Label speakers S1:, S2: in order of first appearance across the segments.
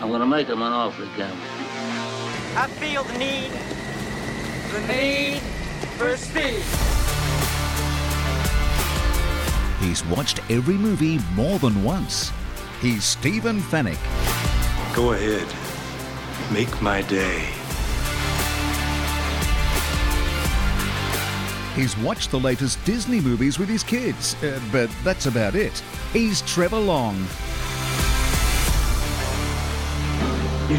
S1: I'm gonna make him an offer again.
S2: I feel the need, the need for speed.
S3: He's watched every movie more than once. He's Stephen Fennick.
S4: Go ahead. Make my day.
S3: He's watched the latest Disney movies with his kids, uh, but that's about it. He's Trevor Long.
S4: You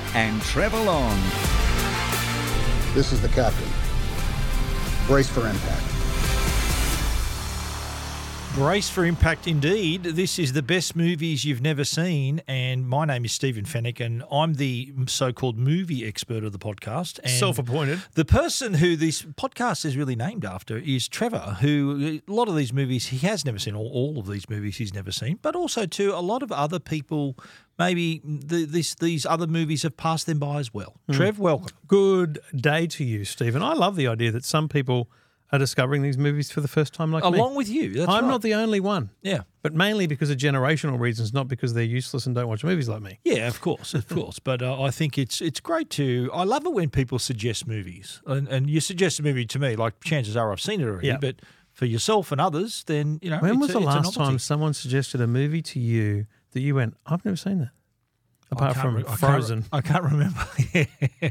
S3: and Trevor Long.
S5: This is the captain. Brace for impact.
S6: Brace for impact indeed. This is the best movies you've never seen. And my name is Stephen Fennick, and I'm the so called movie expert of the podcast. And
S7: Self appointed.
S6: The person who this podcast is really named after is Trevor, who a lot of these movies he has never seen, or all of these movies he's never seen, but also to a lot of other people, maybe the, this, these other movies have passed them by as well. Trev, welcome.
S7: Hmm. Good day to you, Stephen. I love the idea that some people are discovering these movies for the first time, like me.
S6: Along with you. That's
S7: I'm
S6: right.
S7: not the only one.
S6: Yeah.
S7: But mainly because of generational reasons, not because they're useless and don't watch movies like me.
S6: Yeah, of course, of course. But uh, I think it's it's great to. I love it when people suggest movies, and, and you suggest a movie to me. Like chances are I've seen it already,
S7: Yeah.
S6: but for yourself and others, then you know.
S7: When
S6: it's
S7: was
S6: a-
S7: the
S6: it's a
S7: last time
S6: novelty.
S7: someone suggested a movie to you that you went, I've never seen that? Apart
S6: I
S7: from
S6: can't re- I can't re-
S7: Frozen.
S6: I can't remember. Yeah.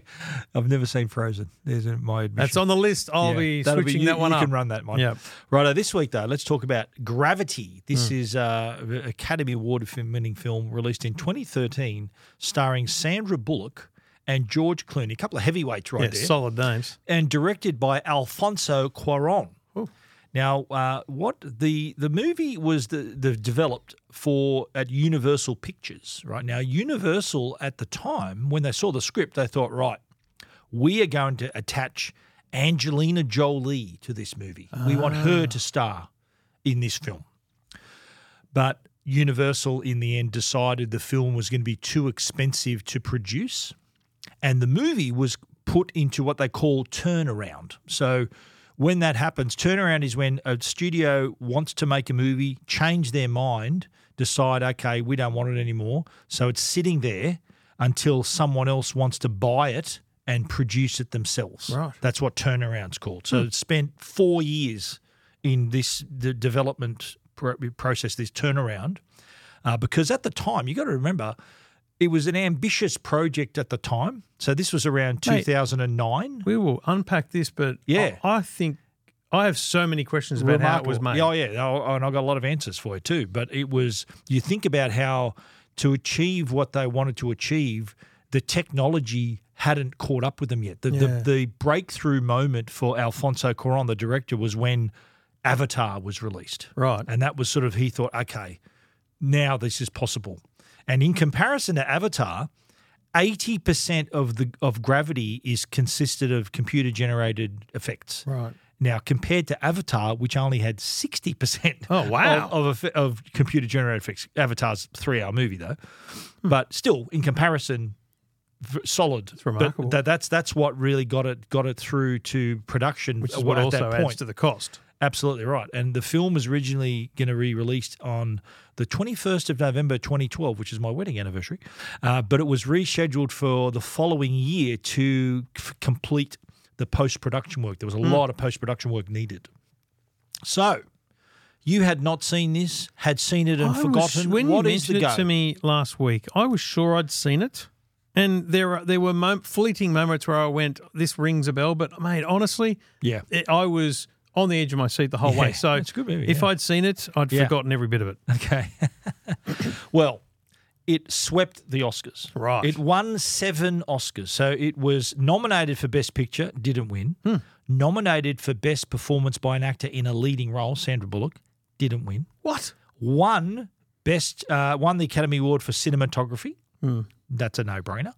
S6: I've never seen Frozen. There's my admission.
S7: That's on the list. I'll
S6: Yeah,
S7: be
S6: that'll
S7: switching
S6: you-
S7: that one
S6: you
S7: up.
S6: can run that one.
S7: Yep.
S6: Righto, this week, though, let's talk about Gravity. This
S7: Mm.
S6: is uh, Academy Award winning film released in 2013, starring Sandra Bullock and George Clooney. A couple of heavyweights right
S7: Yeah,
S6: there.
S7: solid names.
S6: and directed by Alfonso Cuaron. Now, uh, what the the movie was the, the developed for at Universal Pictures, right? Now, Universal at the time when they saw the script, they thought, right, we are going to attach Angelina Jolie to this movie. We want her to star in this film. But Universal, in the end, decided the film was going to be too expensive to produce. And the movie was put into what they call turnaround. So when that happens, turnaround is when a studio wants to make a movie, change their mind, decide, okay, we don't want it anymore. So it's sitting there until someone else wants to buy it and produce it themselves.
S7: Right.
S6: That's what turnaround's called. So it spent four years in this the development pro- process, this turnaround, uh, because at the time you got to remember it was an ambitious project at the time. So this was around
S7: Mate.
S6: 2009.
S7: We will unpack this, but
S6: Yeah.
S7: I, I think I have so many questions about how it was made.
S6: Yeah, Oh, yeah. Oh, and I've got a lot of answers for you, too. But it was, you think about how to achieve what they wanted to achieve, the technology hadn't caught up with them yet. The,
S7: Yeah.
S6: the, the breakthrough moment for Alfonso Cuaron, the director, was when Avatar was released.
S7: Right.
S6: And that was sort of, he thought, okay, now this is possible. And in comparison to Avatar, 80% of the of gravity is consisted of computer generated effects.
S7: Right.
S6: Now, compared to Avatar, which only had 60%
S7: Oh, wow.
S6: of, of, eff- of computer generated effects. Avatar's three hour movie, though.
S7: Hmm.
S6: But still, in comparison, v- solid. It's
S7: remarkable.
S6: But tha- that's, that's what really got it, got it through to production
S7: Which is
S6: at
S7: what
S6: that
S7: also adds
S6: point.
S7: to the cost.
S6: Absolutely right. And the film was originally going to be released on the 21st of November 2012, which is my wedding anniversary, uh, but it was rescheduled for the following year to f- complete the post production work. There was a
S7: Hmm.
S6: lot of post production work needed. So. You had not seen this, had seen it and
S7: I was-
S6: forgotten.
S7: when
S6: What
S7: you
S6: is the
S7: mentioned
S6: go?
S7: it to me last week, I was sure I'd seen it. And there are, there were mom- fleeting moments where I went, this rings a bell. But mate, honestly,
S6: Yeah.
S7: it, I was on the edge of my seat the whole
S6: Yeah,
S7: way. So
S6: it's a good movie,
S7: if
S6: yeah.
S7: I'd seen it, I'd
S6: Yeah.
S7: forgotten every bit of it.
S6: Okay. well, it swept the Oscars.
S7: Right.
S6: It won seven Oscars. So it was nominated for Best Picture, didn't win.
S7: Hmm.
S6: Nominated for Best Performance by an Actor in a Leading Role, Sandra Bullock, didn't win.
S7: What?
S6: Won Best, uh, won the Academy Award for Cinematography.
S7: Hmm.
S6: That's a no-brainer.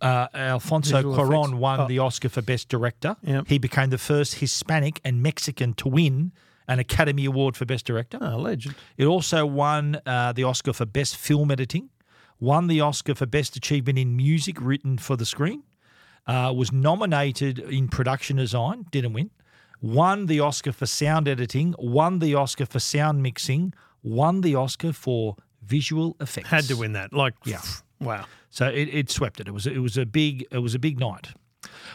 S6: Uh, Alfonso
S7: Visual
S6: Cuarón
S7: effects.
S6: won
S7: Oh.
S6: the Oscar for Best Director.
S7: Yep.
S6: He became the first Hispanic and Mexican to win an Academy Award for Best Director.
S7: Oh, legend.
S6: It also won uh, the Oscar for Best Film Editing, won the Oscar for Best Achievement in Music Written for the Screen, uh, was nominated in Production Design, didn't win, won the Oscar for Sound Editing, won the Oscar for Sound Mixing, won the Oscar for Visual Effects.
S7: Had to win that. Like,
S6: Yeah.
S7: wow.
S6: So it, it swept it. It was it was a big it was a big night.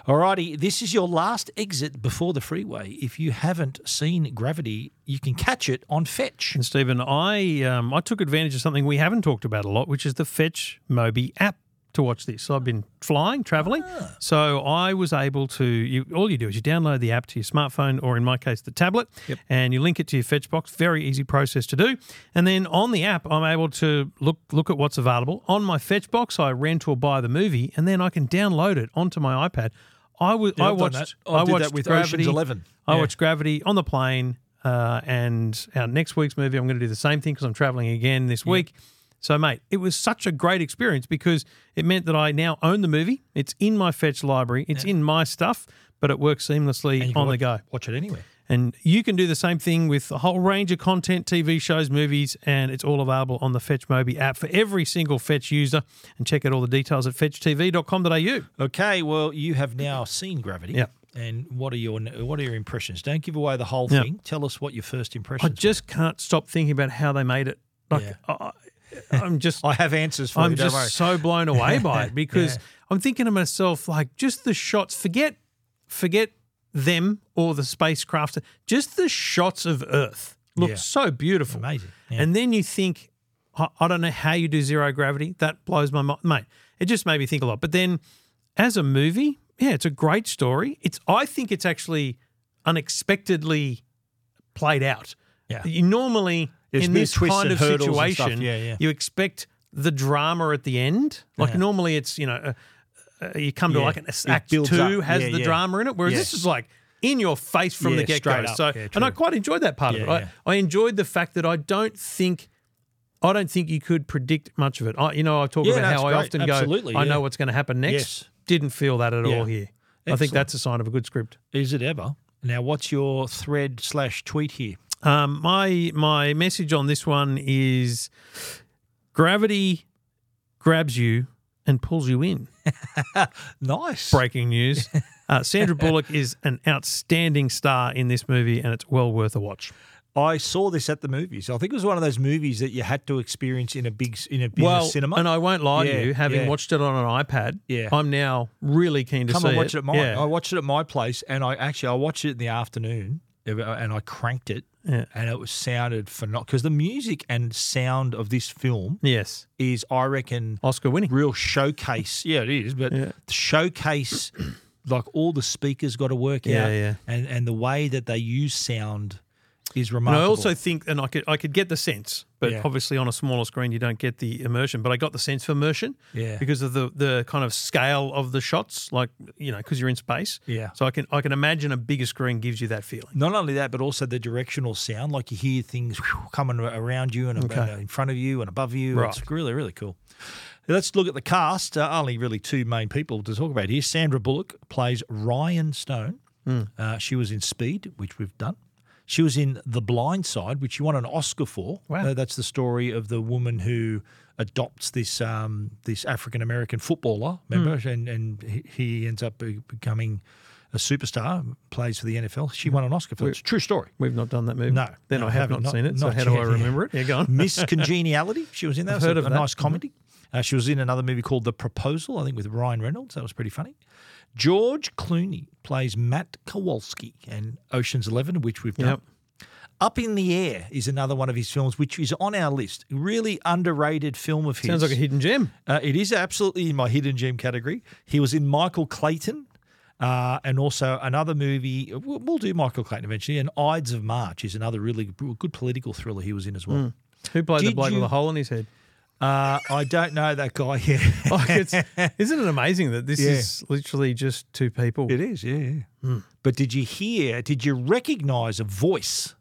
S6: Alrighty, this is your last exit before the freeway. If you haven't seen Gravity, you can catch it on Fetch.
S7: And Stephen, I um, I took advantage of something we haven't talked about a lot, which is the Fetch Mobi app to watch this. So I've been flying, traveling,
S6: Ah.
S7: so I was able to. You, all you do is you download the app to your smartphone, or in my case, the tablet, and you link it to your Fetch box. Very easy process to do. And then on the app, I'm able to look look at what's available on my Fetch box. I rent or buy the movie, and then I can download it onto my iPad. I was
S6: Yeah,
S7: I
S6: I've done
S7: watched
S6: that. I did that
S7: watched
S6: with Ocean's
S7: Gravity.
S6: 11.
S7: I
S6: Yeah.
S7: watched Gravity on the plane. Uh, and our next week's movie, I'm going to do the same thing because I'm traveling again this week. So, mate, it was such a great experience because it meant that I now own the movie. It's in my Fetch library, it's in my stuff, but it works seamlessly
S6: And you can
S7: on the go.
S6: watch- Watch it anywhere.
S7: And you can do the same thing with a whole range of content, TV shows, movies, and it's all available on the Fetch Mobi app for every single Fetch user. And check out all the details at fetchtv.com.au.
S6: Okay, well, you have now seen Gravity.
S7: Yeah.
S6: And what are your what are your impressions? Don't give away the whole
S7: Yeah.
S6: thing. Tell us what your first
S7: I
S6: impressions.
S7: just can't stop thinking about how they made it. Like,
S6: Yeah.
S7: I, I- I'm just.
S6: were. I have answers for
S7: I'm
S6: you.
S7: just
S6: don't worry.
S7: so blown away by it because
S6: Yeah.
S7: I'm thinking to myself, like, just the shots. Forget, forget them or the spacecraft. Just the shots of Earth look
S6: Yeah.
S7: so beautiful,
S6: Amazing, yeah.
S7: And then you think, I, I don't know how you do zero gravity. That blows my mind, mate. It just made me think a lot. But then, as a movie, yeah, it's a great story. It's I think it's actually unexpectedly played out.
S6: Yeah.
S7: You normally
S6: There's
S7: in
S6: big
S7: this
S6: twists
S7: kind
S6: and
S7: of
S6: hurdles and stuff.
S7: situation,
S6: Yeah, yeah.
S7: you expect the drama at the end. Like
S6: Yeah.
S7: normally, it's you know, uh, uh, you come to
S6: Yeah.
S7: like an
S6: It
S7: act two
S6: builds up.
S7: has
S6: Yeah,
S7: the
S6: yeah.
S7: drama in it, whereas
S6: Yeah.
S7: this is like in your face from
S6: Yeah,
S7: the get
S6: straight
S7: go.
S6: up.
S7: So,
S6: Yeah,
S7: and I
S6: true.
S7: quite enjoyed that part of
S6: Yeah,
S7: it.
S6: yeah.
S7: I, I enjoyed the fact that I don't think. I don't think you could predict much of it. I, you know, I talk
S6: Yeah,
S7: about
S6: that's
S7: how I
S6: great.
S7: often
S6: Absolutely,
S7: go, I
S6: yeah.
S7: know what's going to happen next.
S6: Yes.
S7: Didn't feel that at
S6: Yeah.
S7: all here. I think
S6: Excellent.
S7: that's a sign of a good script.
S6: Is it ever? Now, what's your thread slash tweet here?
S7: Um, my my message on this one is gravity grabs you and pulls you in.
S6: Nice.
S7: Breaking news. Uh, Sandra Bullock is an outstanding star in this movie, and it's well worth a watch.
S6: I saw this at the movies. I think it was one of those movies that you had to experience in a big s- in a business
S7: well,
S6: cinema.
S7: and I won't lie
S6: Yeah,
S7: to you, having
S6: yeah.
S7: watched it on an iPad,
S6: Yeah.
S7: I'm now really keen to
S6: come
S7: see
S6: and watch it, at mine.
S7: Yeah.
S6: I watched it at my place, and I actually I watched it in the afternoon, uh, and I cranked it,
S7: Yeah.
S6: and it was sounded phenomenal because the music and sound of this film
S7: yes,
S6: is, I reckon,
S7: Oscar winning.
S6: real showcase. Yeah, it is, but
S7: Oh, Yeah.
S6: showcase like all the speakers got to work
S7: Yeah,
S6: out,
S7: yeah.
S6: and and the way that they use sound is
S7: And I
S6: remarkable.
S7: also think, and I could I could get the sense, but
S6: Yeah.
S7: obviously on a smaller screen you don't get the immersion. But I got the sense for immersion,
S6: Yeah.
S7: because of the the kind of scale of the shots, like you know, because you're in space,
S6: Yeah.
S7: So I can I can imagine a bigger screen gives you that feeling.
S6: Not only that, but also the directional sound. Like you hear things whew, coming a- around you and ab- and in front of you and above you.
S7: Right.
S6: It's really, really cool. Let's look at the cast. Uh, only really two main people to talk about here. Sandra Bullock plays Ryan Stone. Uh, she was in Speed, which we've done. She was in The Blind Side, which she won an Oscar for.
S7: Wow.
S6: Uh, that's the story of the woman who adopts this um, this African American footballer, remember? And, and he- he ends up be- becoming a superstar, plays for the NFL. She won an Oscar for it. It's a true story.
S7: We've not done that movie.
S6: No,
S7: then
S6: no,
S7: I have not,
S6: haven't.
S7: seen it. so
S6: not
S7: how do I
S6: yet,
S7: remember it? Yeah, go on.
S6: Miss Congeniality. She was in that.
S7: I've
S6: It's a-
S7: heard of
S6: a
S7: that.
S6: nice comedy. Uh, she was in another movie called The Proposal, I think, with Ryan Reynolds. That was pretty funny. George Clooney plays Matt Kowalski in Ocean's Eleven, which we've done.
S7: Yep.
S6: Up in the Air is another one of his films, which is on our list. Really underrated film of his.
S7: Sounds like a hidden gem.
S6: Uh, it is absolutely in my hidden gem category. He was in Michael Clayton. Uh, and also another movie, we'll, we'll do Michael Clayton eventually, and Ides of March is another really good political thriller he was in as well.
S7: Who played the
S6: Did
S7: bloke
S6: you-
S7: with a hole in his head?
S6: Uh, I don't know that guy yet.
S7: Like Hmm. Oh, it's, isn't it amazing that this
S6: Yeah.
S7: is literally just two people?
S6: It is, yeah. yeah.
S7: Hmm.
S6: But did you hear, did you recognize a voice?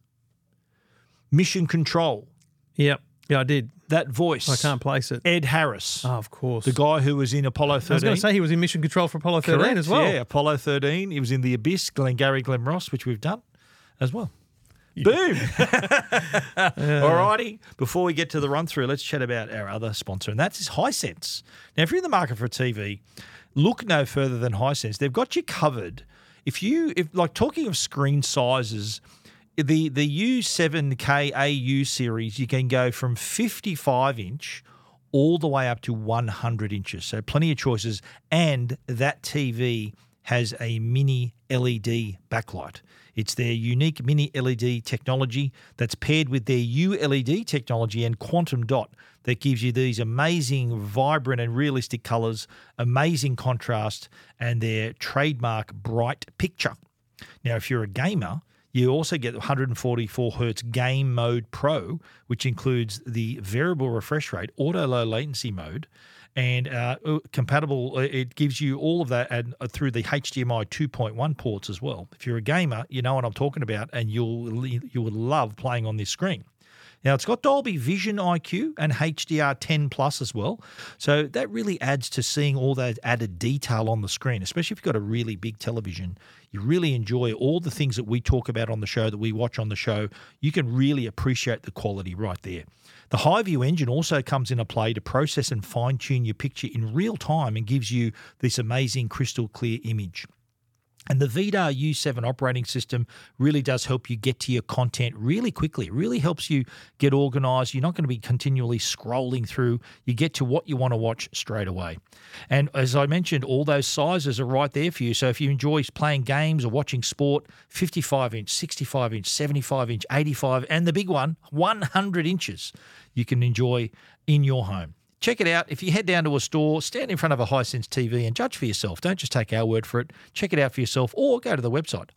S6: Mission Control,
S7: Yep. Yeah, I did.
S6: that voice.
S7: I can't place it.
S6: Ed Harris,
S7: Oh, of course.
S6: the guy who was in Apollo 13.
S7: I was going to say he was in mission control for Apollo 13
S6: Correct,
S7: as well.
S6: Yeah, Apollo 13. He was in The Abyss, Glengarry Glen Ross, which we've done as well. Boom. All righty. Before we get to the run through, let's chat about our other sponsor, and that's Hisense. Now, if you're in the market for a TV, look no further than Hisense. They've got you covered. If you, if like talking of screen sizes, the the U7K AU series, you can go from 55 inch all the way up to 100 inches. So plenty of choices, and that TV has a mini LED backlight. It's their unique mini LED technology that's paired with their ULED technology and quantum dot that gives you these amazing, vibrant, and realistic colors, amazing contrast, and their trademark bright picture. Now, if you're a gamer, you also get the 144 hertz game mode pro, which includes the variable refresh rate, auto low latency mode, and uh, compatible. uh, It gives you all of that and uh, through the HDMI 2.1 ports as well. If you're a gamer, you know what I'm talking about, and you'll you will love playing on this screen. Now it's got Dolby Vision IQ and HDR10 Plus as well, so that really adds to seeing all that added detail on the screen. Especially if you've got a really big television, you really enjoy all the things that we talk about on the show that we watch on the show. You can really appreciate the quality right there. The Highview engine also comes into play to process and fine tune your picture in real time and gives you this amazing crystal clear image. And the VDAR U7 operating system really does help you get to your content really quickly. It really helps you get organized. You're not going to be continually scrolling through. You get to what you want to watch straight away. And as I mentioned, all those sizes are right there for you. So if you enjoy playing games or watching sport, 55 inch, 65 inch, 75 inch, 85, and the big one, 100 inches, you can enjoy in your home. Check it out. If you head down to a store, stand in front of a Hisense TV and judge for yourself. Don't just take our word for it. Check it out for yourself or go to the website,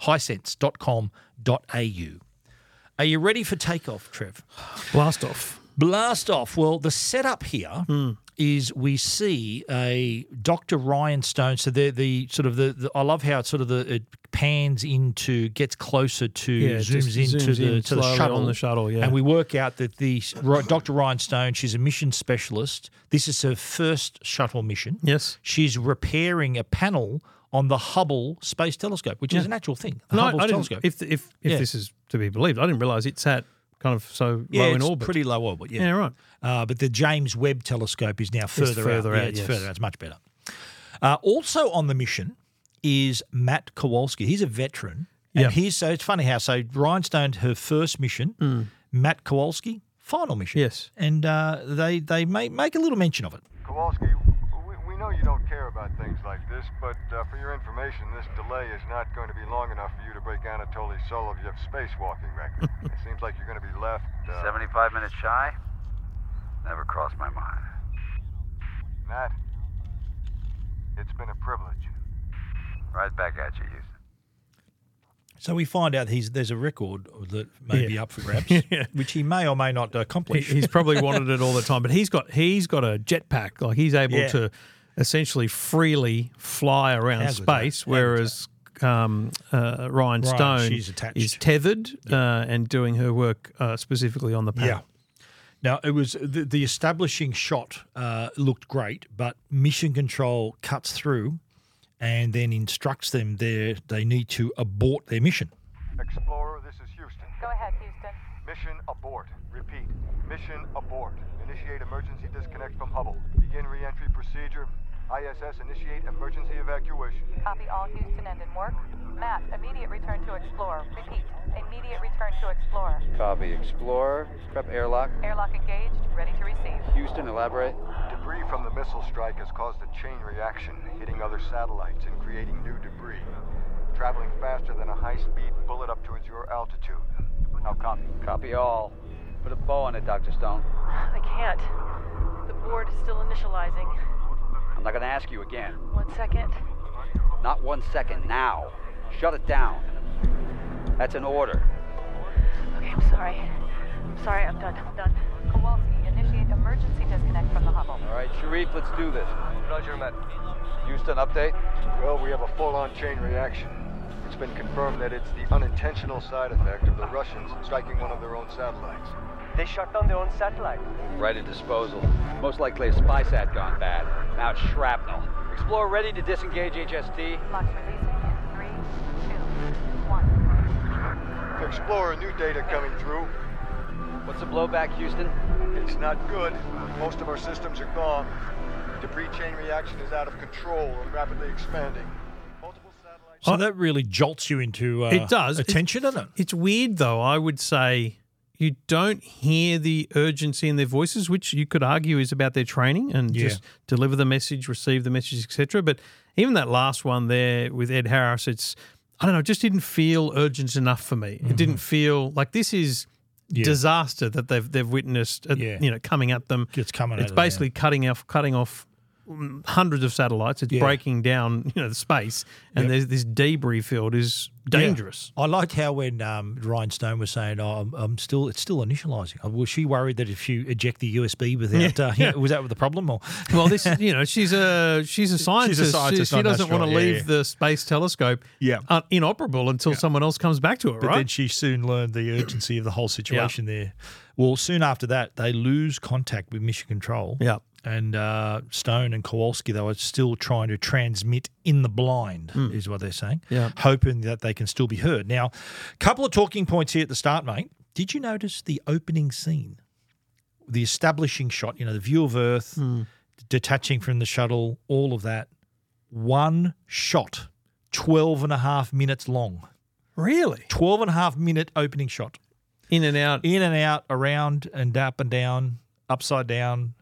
S6: hisense.com.au. Are you ready for takeoff, Trev?
S7: Blast off.
S6: Blast off. Well, the setup here is
S7: Hmm.
S6: we see a Dr. Ryan Stone. So the the sort of the, the I love how it sort of the it pans into gets closer to
S7: Yeah, it just
S6: zooms into
S7: zooms
S6: the
S7: in
S6: to the
S7: slowly
S6: shuttle
S7: on the shuttle, yeah.
S6: And we work out that the Ri- Dr. Ryan Stone. She's a mission specialist. This is her first shuttle mission.
S7: Yes.
S6: she's repairing a panel on the Hubble Space Telescope, which is an actual thing. The
S7: No, I
S6: Hubble
S7: didn't-
S6: Telescope.
S7: If if, if
S6: Yeah.
S7: this is to be believed, I didn't realize it sat kind of so
S6: yeah,
S7: low in
S6: it's
S7: orbit.
S6: pretty low orbit.
S7: yeah, right.
S6: Uh, but the James Webb Telescope is now further,
S7: further
S6: out. Yeah,
S7: out,
S6: it's
S7: yes.
S6: further out. It's much better. Uh, also on the mission is Matt Kowalski. He's a veteran.
S7: Yeah.
S6: And he's so it's funny how so Ryan Stone her first mission, Matt Kowalski final mission.
S7: Mm. Yes.
S6: and uh, they they make make a little mention of it.
S1: Kowalski, we, we know you don't care about things like this, but uh, for your information, this delay is not going to be long enough for you to break Anatoly Solovyev's spacewalking record. it seems like you're going to be left. Uh,
S8: 75 minutes shy? Never crossed my mind.
S1: Matt, it's been a privilege.
S8: Right back at you, Houston.
S6: So we find out he's there's a record that may be up for grabs, which he may or may not
S7: He-
S6: accomplish.
S7: he's probably wanted it all the time, but he's got he's got a jetpack. Like he's able
S6: Yeah.
S7: to essentially freely fly around
S6: How good's that?
S7: space,
S6: How
S7: whereas um, uh, Ryan
S6: Right,
S7: Stone
S6: she's attached.
S7: is tethered uh, and doing her work uh, specifically on the
S6: Yeah.
S7: panel.
S6: Now it was the, the establishing shot uh, looked great, but Mission Control cuts through and then instructs them there they need to abort their mission.
S1: Explorer, this is Houston.
S9: Go ahead, Houston.
S1: Mission abort. Repeat. Mission abort. Initiate emergency disconnect from Hubble. Begin re-entry procedure. ISS initiate emergency evacuation.
S9: Copy all Houston and in work. Matt, immediate return to Explorer. Repeat, immediate return to Explorer.
S8: Copy. Explorer. Prep airlock.
S9: Airlock engaged, ready to receive.
S8: Houston, elaborate.
S1: Debris from the missile strike has caused a chain reaction, hitting other satellites and creating new debris. Traveling faster than a high speed bullet up to its your altitude.
S8: I'll copy. Copy all. Put a bow on it, Dr. Stone.
S10: I can't. The board is still initializing.
S8: I'm not going to ask you again.
S10: One second.
S8: Not one second now. Shut it down. That's an order.
S10: Okay, I'm sorry. I'm sorry, I'm done. I'm done.
S9: Kowalski, initiate emergency disconnect from the Hubble.
S8: All right, Sharif, let's do this.
S11: Roger, Met. Houston, update?
S1: Well, we have a full on chain reaction. It's been confirmed that it's the unintentional side effect of the Russians striking one of their own satellites.
S11: They shot down their own satellite.
S8: Right at disposal. Most likely a spy sat gone bad. Now it's shrapnel. Explorer ready to disengage HST.
S9: Locks releasing in three, two, one.
S1: Explorer, new data coming through.
S8: What's the blowback, Houston?
S1: It's not good. Most of our systems are gone. Debris chain reaction is out of control and rapidly expanding.
S6: So that really jolts you into uh,
S7: it does
S6: attention,
S7: it's,
S6: doesn't
S7: it? It's weird though. I would say you don't hear the urgency in their voices, which you could argue is about their training and yeah. just deliver the message, receive the message, etc. But even that last one there with Ed Harris, it's I don't know, it just didn't feel urgent enough for me. Mm-hmm. It didn't feel like this is. Yeah. Disaster that they've they've witnessed, at, yeah. you know, coming at them.
S6: It's coming.
S7: It's basically them, cutting off cutting off hundreds of satellites. It's yeah. breaking down, you know, the space, and yep. this debris field is dangerous.
S6: Yeah. I liked how when um, Ryan Stone was saying, oh, I'm, I'm, still, it's still initializing." Oh, was she worried that if you eject the USB without, yeah. Uh, yeah, was that the problem? Or
S7: well, this, you know, she's a she's a scientist. She's a scientist she, she doesn't want to leave the space telescope,
S6: yeah.
S7: Un- inoperable until someone else comes back to it.
S6: But
S7: right?
S6: then she soon learned the urgency of the whole situation there. Well, soon after that, they lose contact with Mission Control.
S7: Yeah
S6: and uh, Stone and Kowalski, they were still trying to transmit in the blind, mm. is what they're saying,
S7: Hmm. yeah.
S6: hoping that they can still be heard. Now, a couple of talking points here at the start, mate. Did you notice the opening scene, the establishing shot, you know, the view of Earth,
S7: Hmm.
S6: mm. detaching from the shuttle, all of that? One shot, 12 and a half minutes long.
S7: Really?
S6: 12 and a half minute opening shot.
S7: In and out.
S6: In and out, around and up and down, upside down,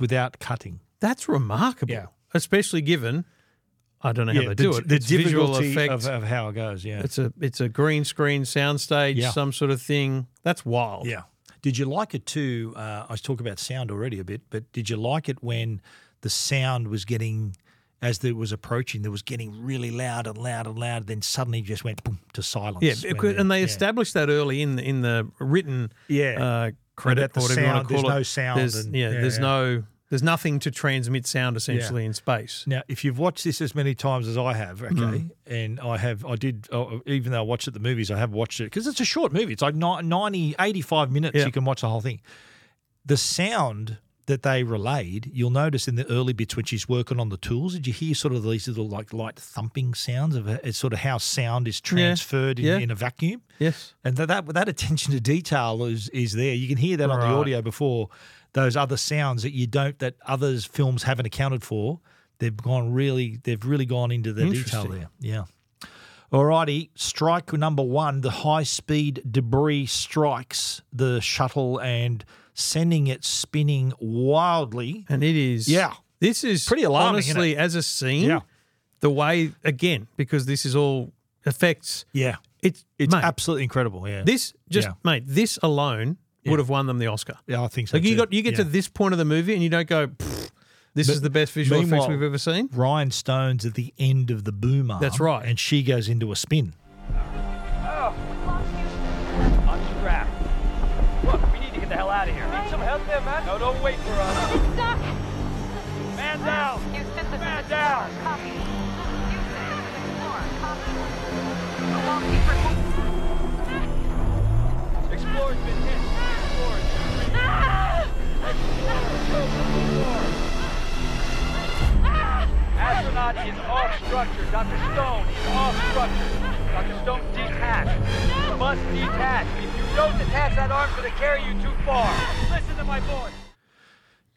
S6: without cutting.
S7: That's remarkable, yeah. especially given I don't know yeah, how they the, do it.
S6: The it's visual effect of, of, how it goes. Yeah,
S7: it's a it's a green screen soundstage, yeah. some sort of thing. That's wild.
S6: Yeah. Did you like it too? Uh, I was talking about sound already a bit, but did you like it when the sound was getting? as it was approaching, there was getting really loud and loud and loud. Then suddenly, just went boom, to silence.
S7: Yeah, could, and they yeah. established that early in the, in the written
S6: yeah
S7: uh, credit
S6: or whatever sound, There's it. no sound.
S7: There's,
S6: and,
S7: yeah, yeah, there's yeah. no there's nothing to transmit sound essentially in space.
S6: Now, if you've watched this as many times as I have, okay, mm. and I have, I did, oh, even though I watched it at the movies, I have watched it because it's a short movie. It's like 90, 85 minutes. You can watch the whole thing. The sound that they relayed, you'll notice in the early bits when she's working on the tools, did you hear sort of these little like light thumping sounds of it's sort of how sound is transferred yeah, in, yeah. in, a vacuum?
S7: Yes,
S6: and that, that that attention to detail is is there. You can hear that right. on the audio before those other sounds that you don't that others films haven't accounted for. They've gone really they've really gone into the detail there. Yeah. Alrighty, strike number one, the high speed debris strikes the shuttle and sending it spinning wildly.
S7: And it is.
S6: Yeah.
S7: This is
S6: pretty alarming.
S7: Honestly, as a scene, yeah. the way, again, because this is all effects.
S6: Yeah.
S7: It's,
S6: it's
S7: mate,
S6: absolutely incredible. Yeah.
S7: This, just, yeah. mate, this alone yeah. would have won them the Oscar.
S6: Yeah, I think so.
S7: Like
S6: too.
S7: you, got, you get to this point of the movie and you don't go, this but is the best visual effects we've ever seen.
S6: Ryan Stone's at the end of the boom arm.
S7: That's right.
S6: And she goes into a spin.
S8: Oh, unstrapped. Look, we need to get the hell out of here. Need some help there, man? No, don't wait for us.
S12: It's stuck.
S8: Man down.
S12: Houston,
S8: this man down.
S12: Copy. Houston, this is Explorer. Copy.
S8: Milwaukee, Explorer's been hit. Explorer's been hit. Ah! Explorer's been hit. Astronaut is off structure. Dr. Stone is off structure. Dr. Stone, detach. You must detach. If you don't detach, that arm's going to carry you too far. Listen to my voice.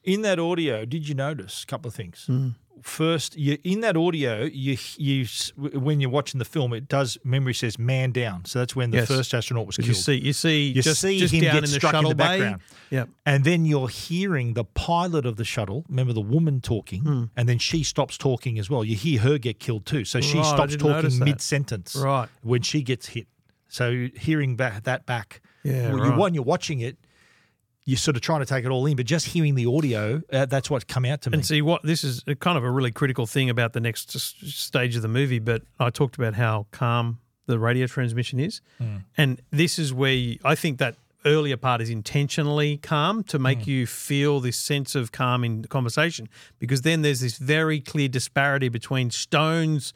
S6: In that audio, did you notice a couple of things? Mm. First, you, in that audio, you, you when you're watching the film, it does memory says man down. So that's when the yes. first astronaut was killed.
S7: You see, you see,
S6: you
S7: just,
S6: see
S7: just
S6: him
S7: down
S6: get
S7: in
S6: struck
S7: the
S6: in the background.
S7: Yeah,
S6: and then you're hearing the pilot of the shuttle. Remember the woman talking, hmm. and then she stops talking as well. You hear her get killed too. So she
S7: right,
S6: stops talking mid sentence.
S7: Right
S6: when she gets hit. So hearing back that back,
S7: Yeah,
S6: well,
S7: right.
S6: you, one you're watching it, you're sort of trying to take it all in, but just hearing the audio, uh, that's what's come out to me.
S7: And see what this is a kind of a really critical thing about the next s- stage of the movie. But I talked about how calm the radio transmission is,
S6: Mm.
S7: and this is where you, I think that earlier part is intentionally calm to
S6: Mm.
S7: make you feel this sense of calm in the conversation, because then there's this very clear disparity between Stone's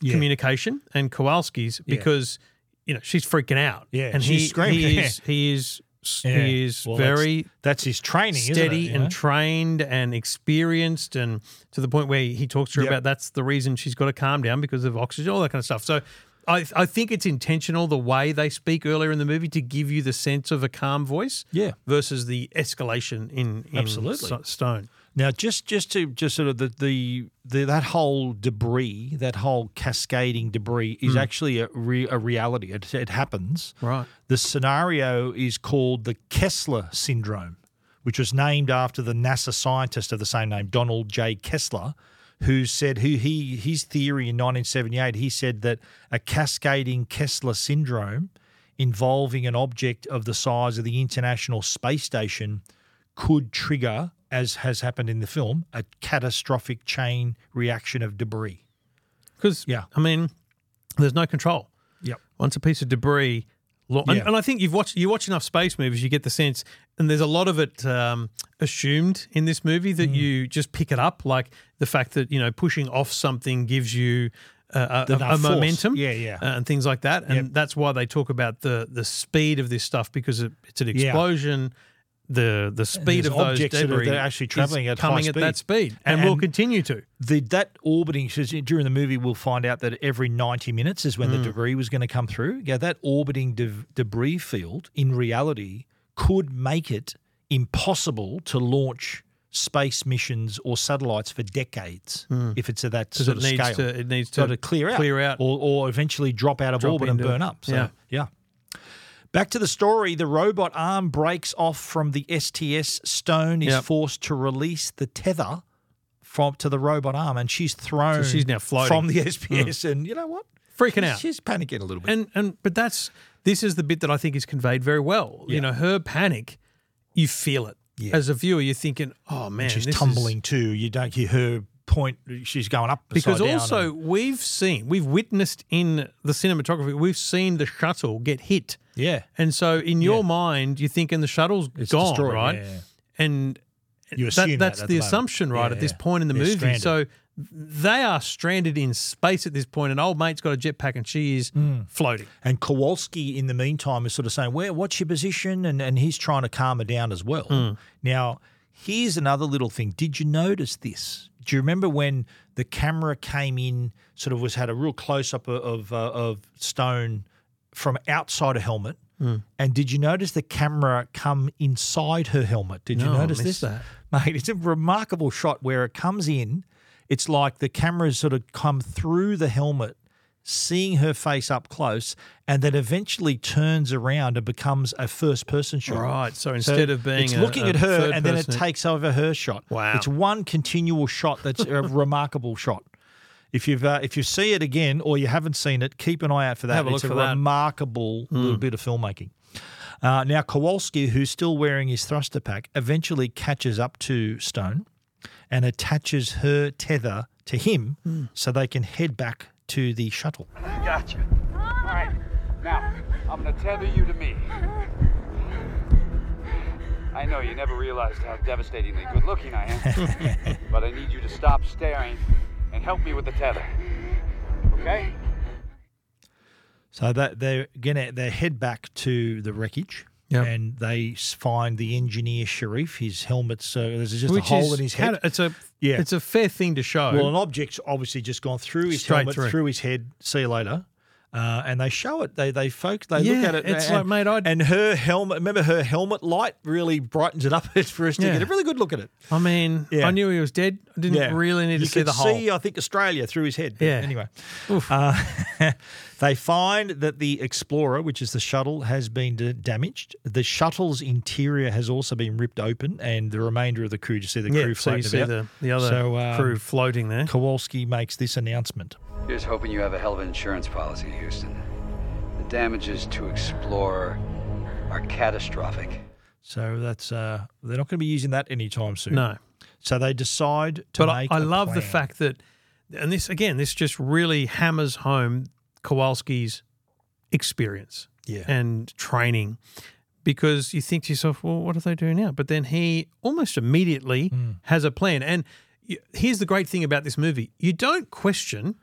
S6: Yeah.
S7: communication and Kowalski's
S6: Yeah.
S7: because you know she's freaking out,
S6: Yeah,
S7: and
S6: she's
S7: he,
S6: screaming.
S7: he is he is s-
S6: Yeah.
S7: he is
S6: Well, that's-
S7: very
S6: that's his training, isn't it,
S7: steady
S6: you
S7: and
S6: know?
S7: trained and experienced, and to the point where he talks to her
S6: Yep.
S7: about that's the reason she's got to calm down because of oxygen, all that kind of stuff. So. I, I think it's intentional the way they speak earlier in the movie to give you the sense of a calm voice,
S6: Yeah.
S7: versus the escalation in, in
S6: Absolutely.
S7: S- Stone.
S6: Now, just just to just sort of the the, the that whole debris, that whole cascading debris, is
S7: Mm.
S6: actually a, re, a reality. It, it happens.
S7: Right.
S6: The scenario is called the Kessler syndrome, which was named after the NASA scientist of the same name, Donald J. Kessler, who said who he his theory in 1978. He said that a cascading Kessler syndrome involving an object of the size of the International Space Station could trigger, as has happened in the film, a catastrophic chain reaction of debris.
S7: Because
S6: yeah,
S7: I mean, there's no control.
S6: Yep.
S7: Once a piece of debris, lo- and,
S6: Yeah.
S7: and I think you've watched you watch enough space movies, you get the sense, and there's a lot of it um, assumed in this movie
S6: Mm.
S7: that you just pick it up, like the fact that you know pushing off something gives you. Uh, a,
S6: The
S7: a, a
S6: force.
S7: momentum,
S6: Yeah, yeah.
S7: uh, and things like that, and that's why they talk about the the speed of this stuff because it, it's an
S6: Yeah.
S7: explosion, the the speed
S6: there's
S7: of those
S6: objects that are-
S7: debris
S6: that are actually
S7: is
S6: traveling at high
S7: coming at that speed, and, will
S6: And-
S7: continue to.
S6: The that orbiting so during the movie, we'll find out that every ninety minutes is when
S7: Hmm.
S6: the debris was going to come through. Yeah, that orbiting de- debris field in reality could make it impossible to launch space missions or satellites for decades
S7: Mm.
S6: if it's at that
S7: Because
S6: sort
S7: it
S6: of
S7: needs
S6: scale.
S7: to- it needs
S6: Got
S7: to
S6: clear out,
S7: clear out.
S6: or, or eventually drop out of
S7: Drop
S6: orbit and
S7: into-
S6: burn up. So,
S7: yeah.
S6: yeah. Back to the story, the robot arm breaks off from the STS. Stone is
S7: Yep.
S6: forced to release the tether from to the robot arm, and she's thrown.
S7: So she's now floating Hmm.
S6: from the SPS, and you know what?
S7: Freaking
S6: She's-
S7: out.
S6: She's panicking a little bit.
S7: And and but that's this is the bit that I think is conveyed very well. You
S6: Yeah.
S7: know, her panic, you feel it
S6: Yeah.
S7: as a viewer. You're thinking, oh
S6: And
S7: man,
S6: she's
S7: this is-
S6: tumbling too. You don't hear her point. She's going up
S7: Because
S6: upside down
S7: also
S6: and-
S7: we've seen, we've witnessed in the cinematography, we've seen the shuttle get hit,
S6: yeah,
S7: and so in your mind, you're thinking the shuttle's
S6: It's
S7: gone,
S6: destroyed,
S7: right?
S6: yeah, yeah.
S7: And
S6: You
S7: that-
S6: assume that
S7: that's
S6: at
S7: the,
S6: the moment.
S7: assumption, right,
S6: Yeah,
S7: at this
S6: yeah.
S7: point in the
S6: They're
S7: movie.
S6: stranded.
S7: So they are stranded in space at this point, and old mate's got a jetpack, and she is
S6: Hmm.
S7: floating.
S6: And Kowalski, in the meantime, is sort of saying, "Where? What's your position?" And and he's trying to calm her down as well.
S7: Hmm.
S6: Now, here's another little thing. Did you notice this? Do you remember when the camera came in? Sort of was had a real close up of of, uh, of Stone from outside a helmet.
S7: Hmm.
S6: And did you notice the camera come inside her helmet? Did
S7: No,
S6: you
S7: I
S6: notice this?
S7: missed that.
S6: Mate, it's a remarkable shot where it comes in. It's like the cameras sort of come through the helmet, seeing her face up close, and then eventually turns around and becomes a first person shot.
S7: Right, so instead of being
S6: it's
S7: a-
S6: looking
S7: a
S6: at her
S7: third
S6: and then it
S7: person, it-
S6: takes over her shot.
S7: Wow.
S6: It's one continual shot that's a remarkable shot. If you've uh, if you see it again or you haven't seen it, keep an eye out for that.
S7: Have a look
S6: it's
S7: for
S6: a
S7: that.
S6: remarkable little
S7: Mm.
S6: bit of filmmaking. Uh, now Kowalski, who's still wearing his thruster pack, eventually catches up to Stone and attaches her tether to him
S7: Hmm.
S6: so they can head back to the shuttle.
S8: Gotcha. All right, now I'm gonna tether you to me. I know you never realized how devastatingly good looking I am, but I need you to stop staring and help me with the tether. Okay?
S6: So that they're gonna they head back to the wreckage.
S7: Yep.
S6: And they s- find the engineer Sharif. His helmet's uh, there's just
S7: Which
S6: a
S7: is-
S6: hole in his
S7: how
S6: head.
S7: do- it's a
S6: Yeah.
S7: it's a fair thing to show.
S6: Well, an object's obviously just gone through his
S7: Straight
S6: helmet,
S7: through.
S6: through. his head. See you later. Uh, and they show it. They they folk. They look
S7: Yeah,
S6: at it.
S7: it's
S6: and,
S7: like, mate, I'd-
S6: and her helmet. Remember her helmet light really brightens it up for us to
S7: Yeah.
S6: get a really good look at it.
S7: I mean,
S6: Yeah.
S7: I knew he was dead. I didn't
S6: Yeah.
S7: really need to
S6: you
S7: see
S6: could
S7: the whole.
S6: See, I think Australia through his head. But
S7: Yeah.
S6: Anyway, Uh, they find that the Explorer, which is the shuttle, has been d- damaged. The shuttle's interior has also been ripped open, and the remainder of the crew. You see the
S7: yeah,
S6: crew
S7: so you
S6: floating
S7: see
S6: about.
S7: the, the other
S6: So, um,
S7: crew floating there.
S6: Kowalski makes this announcement.
S13: Here's hoping you have a hell of an insurance policy, Houston. The damages to Explorer are catastrophic.
S6: So that's uh, they're not going to be using that anytime soon.
S7: No.
S6: So they decide to
S7: but I,
S6: make.
S7: I
S6: a
S7: love the
S6: plan.
S7: fact that, and this again, this just really hammers home Kowalski's experience
S6: Yeah.
S7: and training, because you think to yourself, well, what do they do now? But then he almost immediately
S6: Hmm.
S7: has a plan. And y- here's the great thing about this movie: you don't question.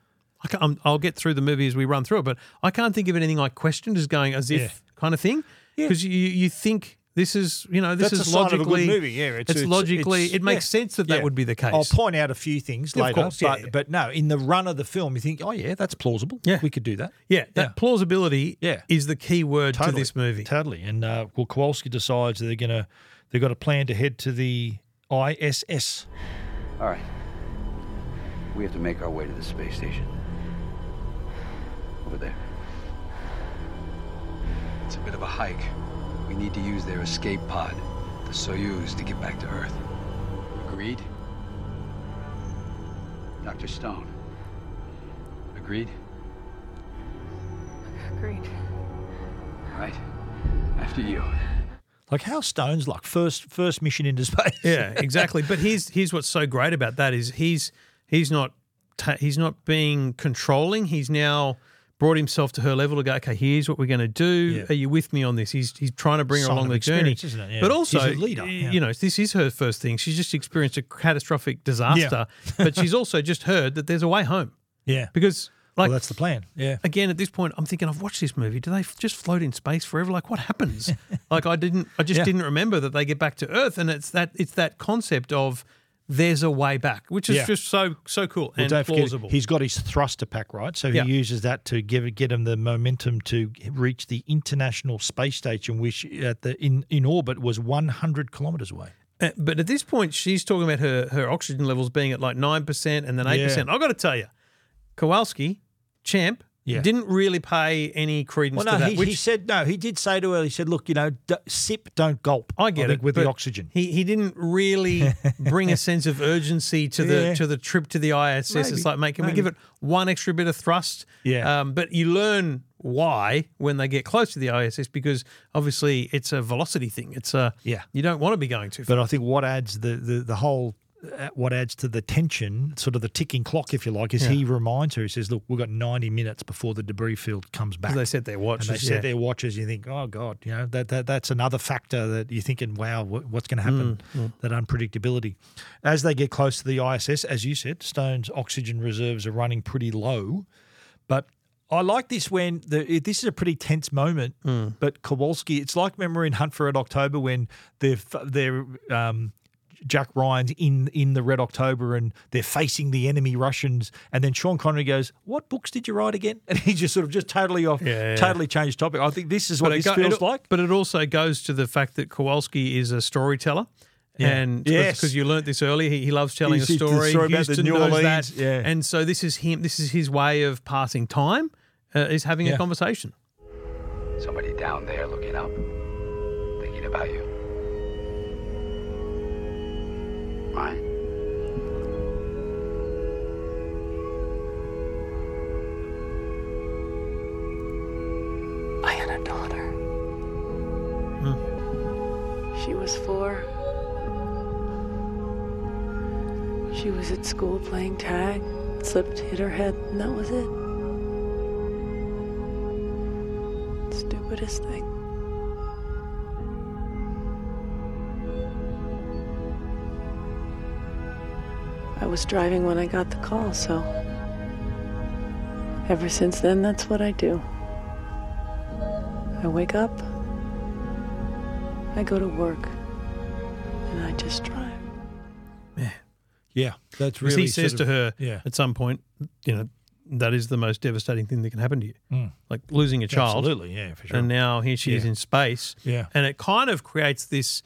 S7: I can't, I'm- I'll get through the movie as we run through it, but I can't think of anything I questioned as going as if
S6: Yeah.
S7: kind of thing,
S6: Yeah.
S7: because you you think. This is, you know, this
S6: That's
S7: is
S6: a sign of a
S7: logically
S6: good movie. Yeah, it's-
S7: it's,
S6: it's-
S7: logically
S6: it's-
S7: it makes
S6: yeah.
S7: sense that that
S6: Yeah.
S7: would be the case.
S6: I'll point out a few things
S7: Of
S6: later,
S7: course, yeah,
S6: but,
S7: yeah.
S6: but no, in the run of the film, you think, oh yeah, that's plausible. Yeah, we could do that.
S7: Yeah, that plausibility
S6: Yeah.
S7: is the key word to
S6: Totally.
S7: this movie.
S6: Totally. And uh, well, Kowalski decides they're gonna they've got a plan to head to the ISS.
S13: All right. We have to make our way to the space station. Over there. It's a bit of a hike. We need to use their escape pod, the Soyuz, to get back to Earth. Agreed? Dr. Stone. Agreed?
S10: Agreed.
S13: All right. After you.
S6: Like how Stone's like first first mission into space.
S7: Yeah, exactly. but here's here's what's so great about that is he's he's not ta- he's not being controlling. He's now brought himself to her level to go. Okay, here's what we're going to do.
S6: Yeah.
S7: Are you with me on this? He's he's trying to bring her
S6: Sign
S7: along
S6: of
S7: the journey,
S6: experience, isn't it? Yeah.
S7: but also
S6: He's a leader,
S7: y-
S6: yeah.
S7: You know, this is her first thing. She's just experienced a catastrophic disaster, but she's also just heard that there's a way home.
S6: Yeah.
S7: because like
S6: well, that's the plan. Yeah.
S7: again at this point i'm thinking i've watched this movie do they f- just float in space forever like what happens like i didn't i just
S6: Yeah.
S7: didn't remember that they get back to earth and it's that it's that concept of there's a way back which is
S6: Yeah.
S7: just so so cool
S6: Well,
S7: and
S6: don't forget,
S7: plausible
S6: he's got his thruster pack, right? So he
S7: Yeah.
S6: uses that to give get him the momentum to reach the International Space Station, which at the in, in orbit was 100 kilometers away.
S7: Uh, but at this point she's talking about her her oxygen levels being at like 9% and then 8% i've got to tell you kowalski champ
S6: Yeah.
S7: didn't really pay any credence
S6: Well,
S7: to
S6: no,
S7: that
S6: he,
S7: which
S6: he said no. He did say to her, he said, "Look, you know, d- sip, don't gulp."
S7: I get
S6: think,
S7: it
S6: with the
S7: but
S6: oxygen.
S7: He he didn't really bring a sense of urgency to the
S6: Yeah.
S7: to the trip to the ISS.
S6: Maybe,
S7: It's like, mate, can we
S6: maybe.
S7: give it one extra bit of thrust?
S6: Yeah.
S7: Um, but you learn why when they get close to the ISS because obviously it's a velocity thing. It's a
S6: Yeah.
S7: You don't want to be going too fast.
S6: But I think what adds the the, the whole uh, what adds to the tension, sort of the ticking clock, if you like, is
S7: Yeah.
S6: he reminds her. He says, "Look, we've got 90 minutes before the debris field comes back."
S7: they set their
S6: and
S7: watches.
S6: they set
S7: yeah.
S6: their watches. You think, oh god, you know that, that that's another factor that you're thinking, wow, wh- what's going to happen?
S7: Mm,
S6: That unpredictability. As they get close to the ISS, as you said, Stone's oxygen reserves are running pretty low, but. I like this when the, it- this is a pretty tense moment,
S7: Hmm.
S6: but Kowalski. It's like remember in Hunt for Red October when they're f- they're um, Jack Ryan's in in the Red October and they're facing the enemy Russians. And then Sean Connery goes, "What books did you write again?" And he just sort of just totally off,
S7: Yeah.
S6: totally changed topic. I think this is what
S7: it
S6: this
S7: go-
S6: feels
S7: it-
S6: like.
S7: But it also goes to the fact that Kowalski is a storyteller.
S6: Yeah.
S7: And
S6: Yes.
S7: because you learnt this early, he, he loves telling
S6: He's-
S7: a
S6: he's the
S7: story.
S6: story about the
S7: Houston
S6: New
S7: knows
S6: Orleans,
S7: that.
S6: yeah.
S7: And so this is him. This is his way of passing time. Uh, is having
S6: Yeah.
S7: a conversation.
S13: Somebody down there looking up, thinking about you. Right?
S10: I had a daughter. She was four. She was at school playing tag, slipped, hit her head, and that was it. Stupidest thing. I was driving when I got the call, so ever since then, that's what I do. I wake up, I go to work, and I just drive.
S6: yeah, that's
S7: 'Cause
S6: really.
S7: he says
S6: sort
S7: to
S6: of-
S7: her
S6: yeah,
S7: at some point, you know, that is the most devastating thing that can happen to you.
S6: Mm.
S7: Like losing a child.
S6: absolutely, yeah, for sure.
S7: And now here she is
S6: Yeah.
S7: in space.
S6: Yeah.
S7: And it kind of creates this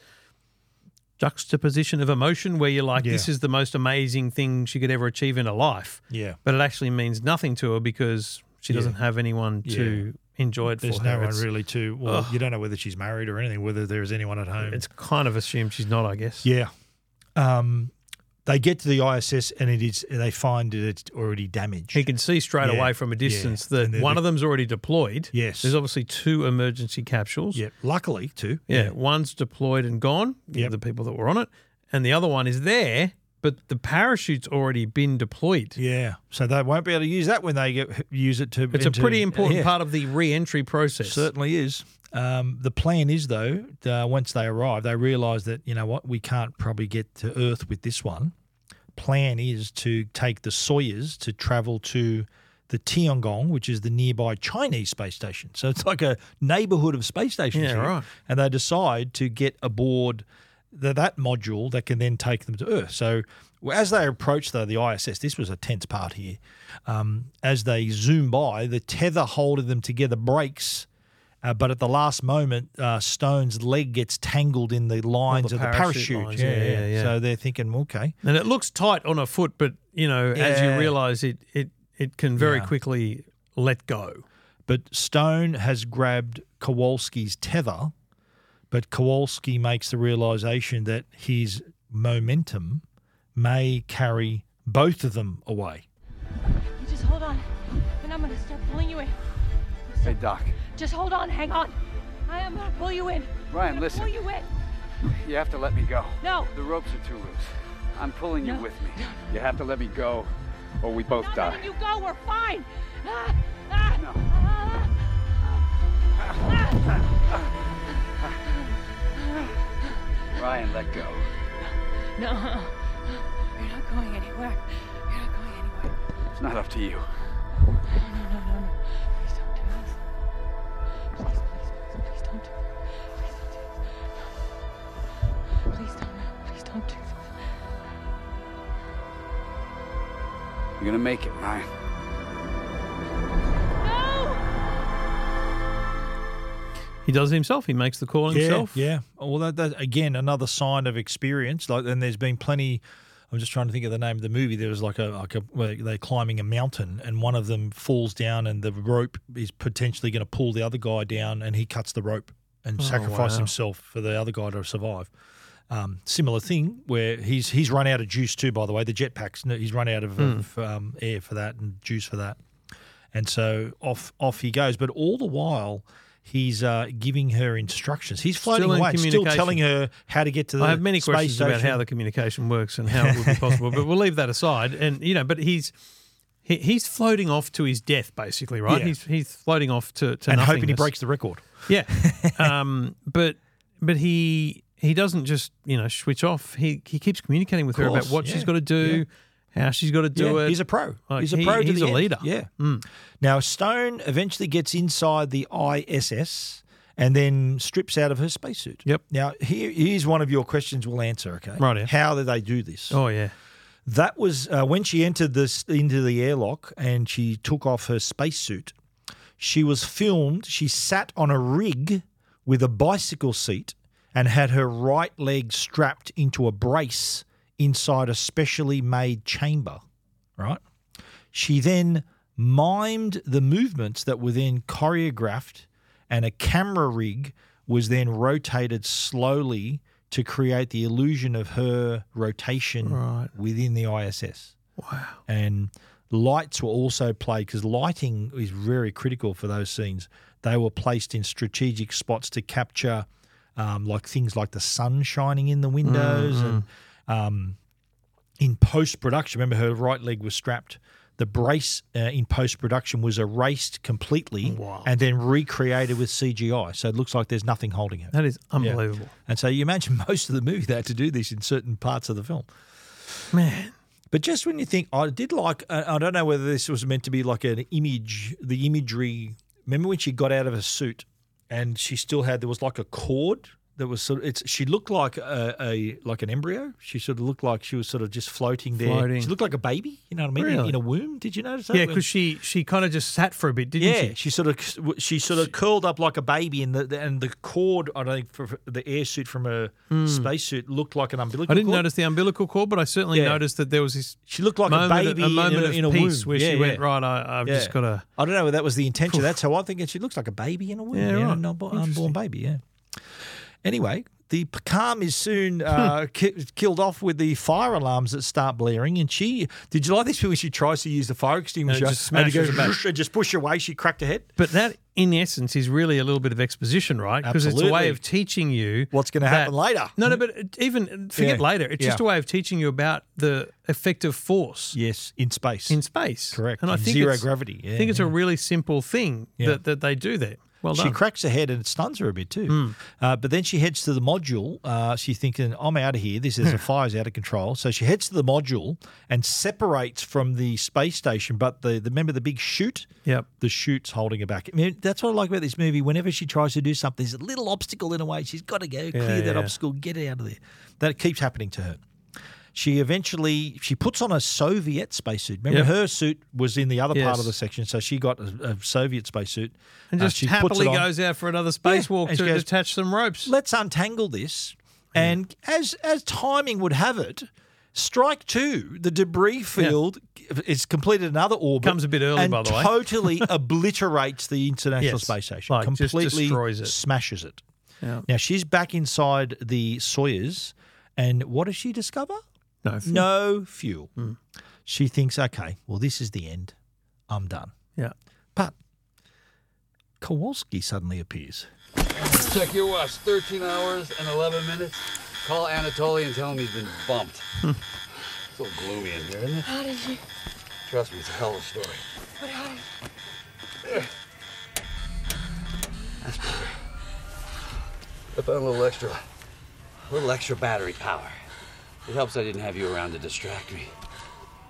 S7: juxtaposition of emotion where you're like,
S6: Yeah.
S7: this is the most amazing thing she could ever achieve in her life.
S6: yeah.
S7: But it actually means nothing to her because she
S6: Yeah.
S7: doesn't have anyone to enjoy it
S6: There's
S7: for.
S6: no
S7: her.
S6: one
S7: It's-
S6: really to. Well,
S7: Ugh.
S6: you don't know whether she's married or anything, whether there's anyone at home.
S7: It's kind of assumed she's not, I guess.
S6: yeah. Um, They get to the ISS and it is they find that it's already damaged.
S7: He can see straight
S6: Yeah,
S7: away from a
S6: yeah.
S7: distance
S6: And
S7: that
S6: they're-
S7: one of them's already deployed.
S6: Yes.
S7: There's obviously two emergency capsules.
S6: Yeah, luckily too.
S7: Yeah, one's deployed and gone, Yeah,
S6: Yep.
S7: the people that were on it, and the other one is there, but the parachute's already been deployed.
S6: Yeah, so they won't be able to use that when they get, use it to.
S7: It's a
S6: into-
S7: pretty important
S6: yeah.
S7: part of the re-entry process.
S6: Certainly is. Um, the plan is though, uh, once they arrive, they realise that you know what we can't probably get to Earth with this one. Plan is to take the Soyuz to travel to the Tiangong, which is the nearby Chinese space station. So it's like a neighbourhood of space stations.
S7: Yeah,
S6: here.
S7: right.
S6: And they decide to get aboard the, that module that can then take them to Earth. So as they approach though the ISS, this was a tense part here. Um, as they zoom by, the tether holding them together breaks. Uh, but at the last moment, uh, Stone's leg gets tangled in the lines of the
S7: parachute
S6: parachute.
S7: lines, yeah, yeah, yeah.
S6: So they're thinking, well, okay.
S7: And it looks tight on a foot, but you know, as you
S6: Yeah.
S7: realise, it it it can very
S6: Yeah.
S7: quickly let go.
S6: But Stone has grabbed Kowalski's tether, but Kowalski makes the realization that his momentum may carry both of them away.
S14: You just hold on, and I'm gonna start pulling you in.
S13: Hey, Doc.
S14: Just hold on, hang on. I am gonna pull you in. I'm
S13: Ryan,
S14: gonna
S13: listen.
S14: Pull you in.
S13: You have to let me go.
S14: No.
S13: The ropes are too loose. I'm pulling you
S14: No.
S13: with me. You have to let me go, or we both
S14: Not
S13: die.
S14: letting you go. We're fine. Ah, ah,
S13: No.
S14: ah,
S13: Ryan, let go.
S14: no, you're not going anywhere. You're not going anywhere.
S13: It's not up to you.
S14: No, no, no, no, no. Please don't do this. Please, please, please, please don't do this. Please don't do this. Please don't. Please don't do this.
S13: You're gonna make it, Ryan.
S7: He does it himself. He makes the call himself.
S6: Yeah, yeah. Well, that, that again, another sign of experience. Like, and there's been plenty. I'm just trying to think of the name of the movie. There was like a like a where they're climbing a mountain, and one of them falls down, and the rope is potentially going to pull the other guy down, and he cuts the rope and
S7: Oh,
S6: sacrifices
S7: wow.
S6: himself for the other guy to survive. Um, similar thing where he's he's run out of juice too. By the way, the jetpacks no, he's run out of,
S7: Hmm.
S6: of um, air for that and juice for that, and so off off he goes. But all the while, he's uh, giving her instructions. He's floating
S7: Still in
S6: away, and still
S7: communication.
S6: telling her how to get to the.
S7: I have many
S6: space
S7: questions about
S6: station.
S7: how the communication works and how it would be possible, but we'll leave that aside. And you know, but he's he, he's floating off to his death, basically, right?
S6: Yeah.
S7: He's he's floating off to, to
S6: and hoping he
S7: nothingness.
S6: breaks the record.
S7: Yeah, um, but but he he doesn't just you know switch off. He he keeps communicating with her about
S6: Course,
S7: what
S6: yeah,
S7: she's got to do, how she's got to do
S6: Yeah,
S7: it.
S6: He's a pro.
S7: Like,
S6: he's a
S7: he-
S6: pro. to
S7: he's
S6: the
S7: a
S6: end.
S7: leader. Hmm.
S6: Yeah. Now Stone eventually gets inside the ISS and then strips out of her spacesuit. Yep. Now here here's one of your questions we'll answer. Okay.
S7: Right, yeah.
S6: How did they do this?
S7: Oh yeah.
S6: That was uh, when she entered this into the airlock and she took off her spacesuit. She was filmed. She sat on a rig with a bicycle seat and had her right leg strapped into a brace inside a specially made chamber. Right. She then mimed the movements that were then choreographed, and a camera rig was then rotated slowly to create the illusion of her rotation
S7: Right.
S6: within the ISS. Wow. And lights were also played because lighting is very critical for those scenes. They were placed in strategic spots to capture um, like things like the sun shining in the windows and um, in post production. Remember, her right leg was strapped. The brace uh, in post production was erased completely and then recreated with CGI. So it looks like there's nothing holding her.
S7: That is unbelievable.
S6: And so you imagine most of the movie they had to do this in certain parts of the film.
S7: Man.
S6: But just when you think, I did like, I I don't know whether this was meant to be like an image, the imagery. Remember when she got out of her suit and she still had, there was like a cord that was sort of, it's, she looked like a, a like an embryo. She sort of looked like she was sort of just floating there.
S7: Floating.
S6: She looked like a baby, you know what I mean? in-
S7: Really?
S6: In a womb. Did you notice that?
S7: Yeah, because she she kind of just sat for a bit, didn't
S6: yeah,
S7: she?
S6: she? sort of she sort of curled up like a baby, and the and the cord I don't think for for the airsuit from her
S7: Hmm.
S6: spacesuit looked like an umbilical.
S7: I didn't
S6: cord.
S7: notice the umbilical cord, but I certainly
S6: Yeah.
S7: noticed that there was this.
S6: She looked like
S7: moment,
S6: a baby,
S7: a moment
S6: in a,
S7: of
S6: in a
S7: peace
S6: womb.
S7: where
S6: Yeah,
S7: she
S6: yeah.
S7: went right. I, I've just
S6: Yeah.
S7: got to.
S6: I don't know whether that was the intention. That's how I'm thinking. She looks like a baby in a womb,
S7: Yeah,
S6: yeah,
S7: right.
S6: an unbo- unborn baby. Yeah. Anyway, the Pakam is soon uh, ki- killed off with the fire alarms that start blaring. And she, did you like this when she tries to use the fire extinguisher
S7: just
S6: and, it
S7: smashes
S6: goes
S7: her back.
S6: whoosh, and just push her away? She cracked her head.
S7: But that, in essence, is really a little bit of exposition, right? Because it's a
S6: Absolutely.
S7: way of teaching you
S6: what's going to happen later.
S7: No, no, but it- even forget
S6: Yeah.
S7: later. It's just
S6: Yeah.
S7: a way of teaching you about the effective force
S6: Yes, in space.
S7: in space.
S6: Correct.
S7: And I
S6: In
S7: think
S6: zero
S7: it's-
S6: gravity. Yeah,
S7: I think it's a
S6: yeah.
S7: really simple thing
S6: Yeah.
S7: that, that they do there. Well
S6: she
S7: done.
S6: cracks her head and it stuns her a bit too.
S7: Mm.
S6: Uh, but then she heads to the module. Uh, she's thinking, I'm out of here. This is a fire's out of control. So she heads to the module and separates from the space station. But the, the remember the big chute?
S7: Yep.
S6: The chute's holding her back. I mean, that's what I like about this movie. Whenever she tries to do something, there's a little obstacle in a way. She's got to go, clear that
S7: yeah.
S6: obstacle, get it out of there. That keeps happening to her. She eventually she puts on a Soviet spacesuit. Remember,
S7: Yep.
S6: her suit was in the other part of
S7: Yes.
S6: the section, so she got a, a Soviet spacesuit
S7: and
S6: uh,
S7: just
S6: she puts
S7: happily
S6: it on.
S7: goes out for another spacewalk
S6: and
S7: to
S6: she goes-
S7: detach some ropes.
S6: Let's untangle this. And as as timing would have it, strike two, the debris field is completed another orbit.
S7: Comes a bit early,
S6: and
S7: by the way.
S6: totally obliterates the International
S7: Yes.
S6: Space Station.
S7: Like, just
S6: completely
S7: destroys it.
S6: smashes it.
S7: Yeah.
S6: Now she's back inside the Sawyers, and what does she discover?
S7: No. Hmm.
S6: No fuel. She thinks, okay, well, this is the end. I'm done.
S7: Yeah.
S6: But Kowalski suddenly appears.
S13: Check your watch. 13 hours and 11 minutes. Call Anatoly and tell him he's been bumped. so gloomy in here, isn't it?
S14: How did you?
S13: Trust me, it's a hell of a story.
S14: What happened?
S13: I found a little extra, a little extra battery power. It helps I didn't have you around to distract me.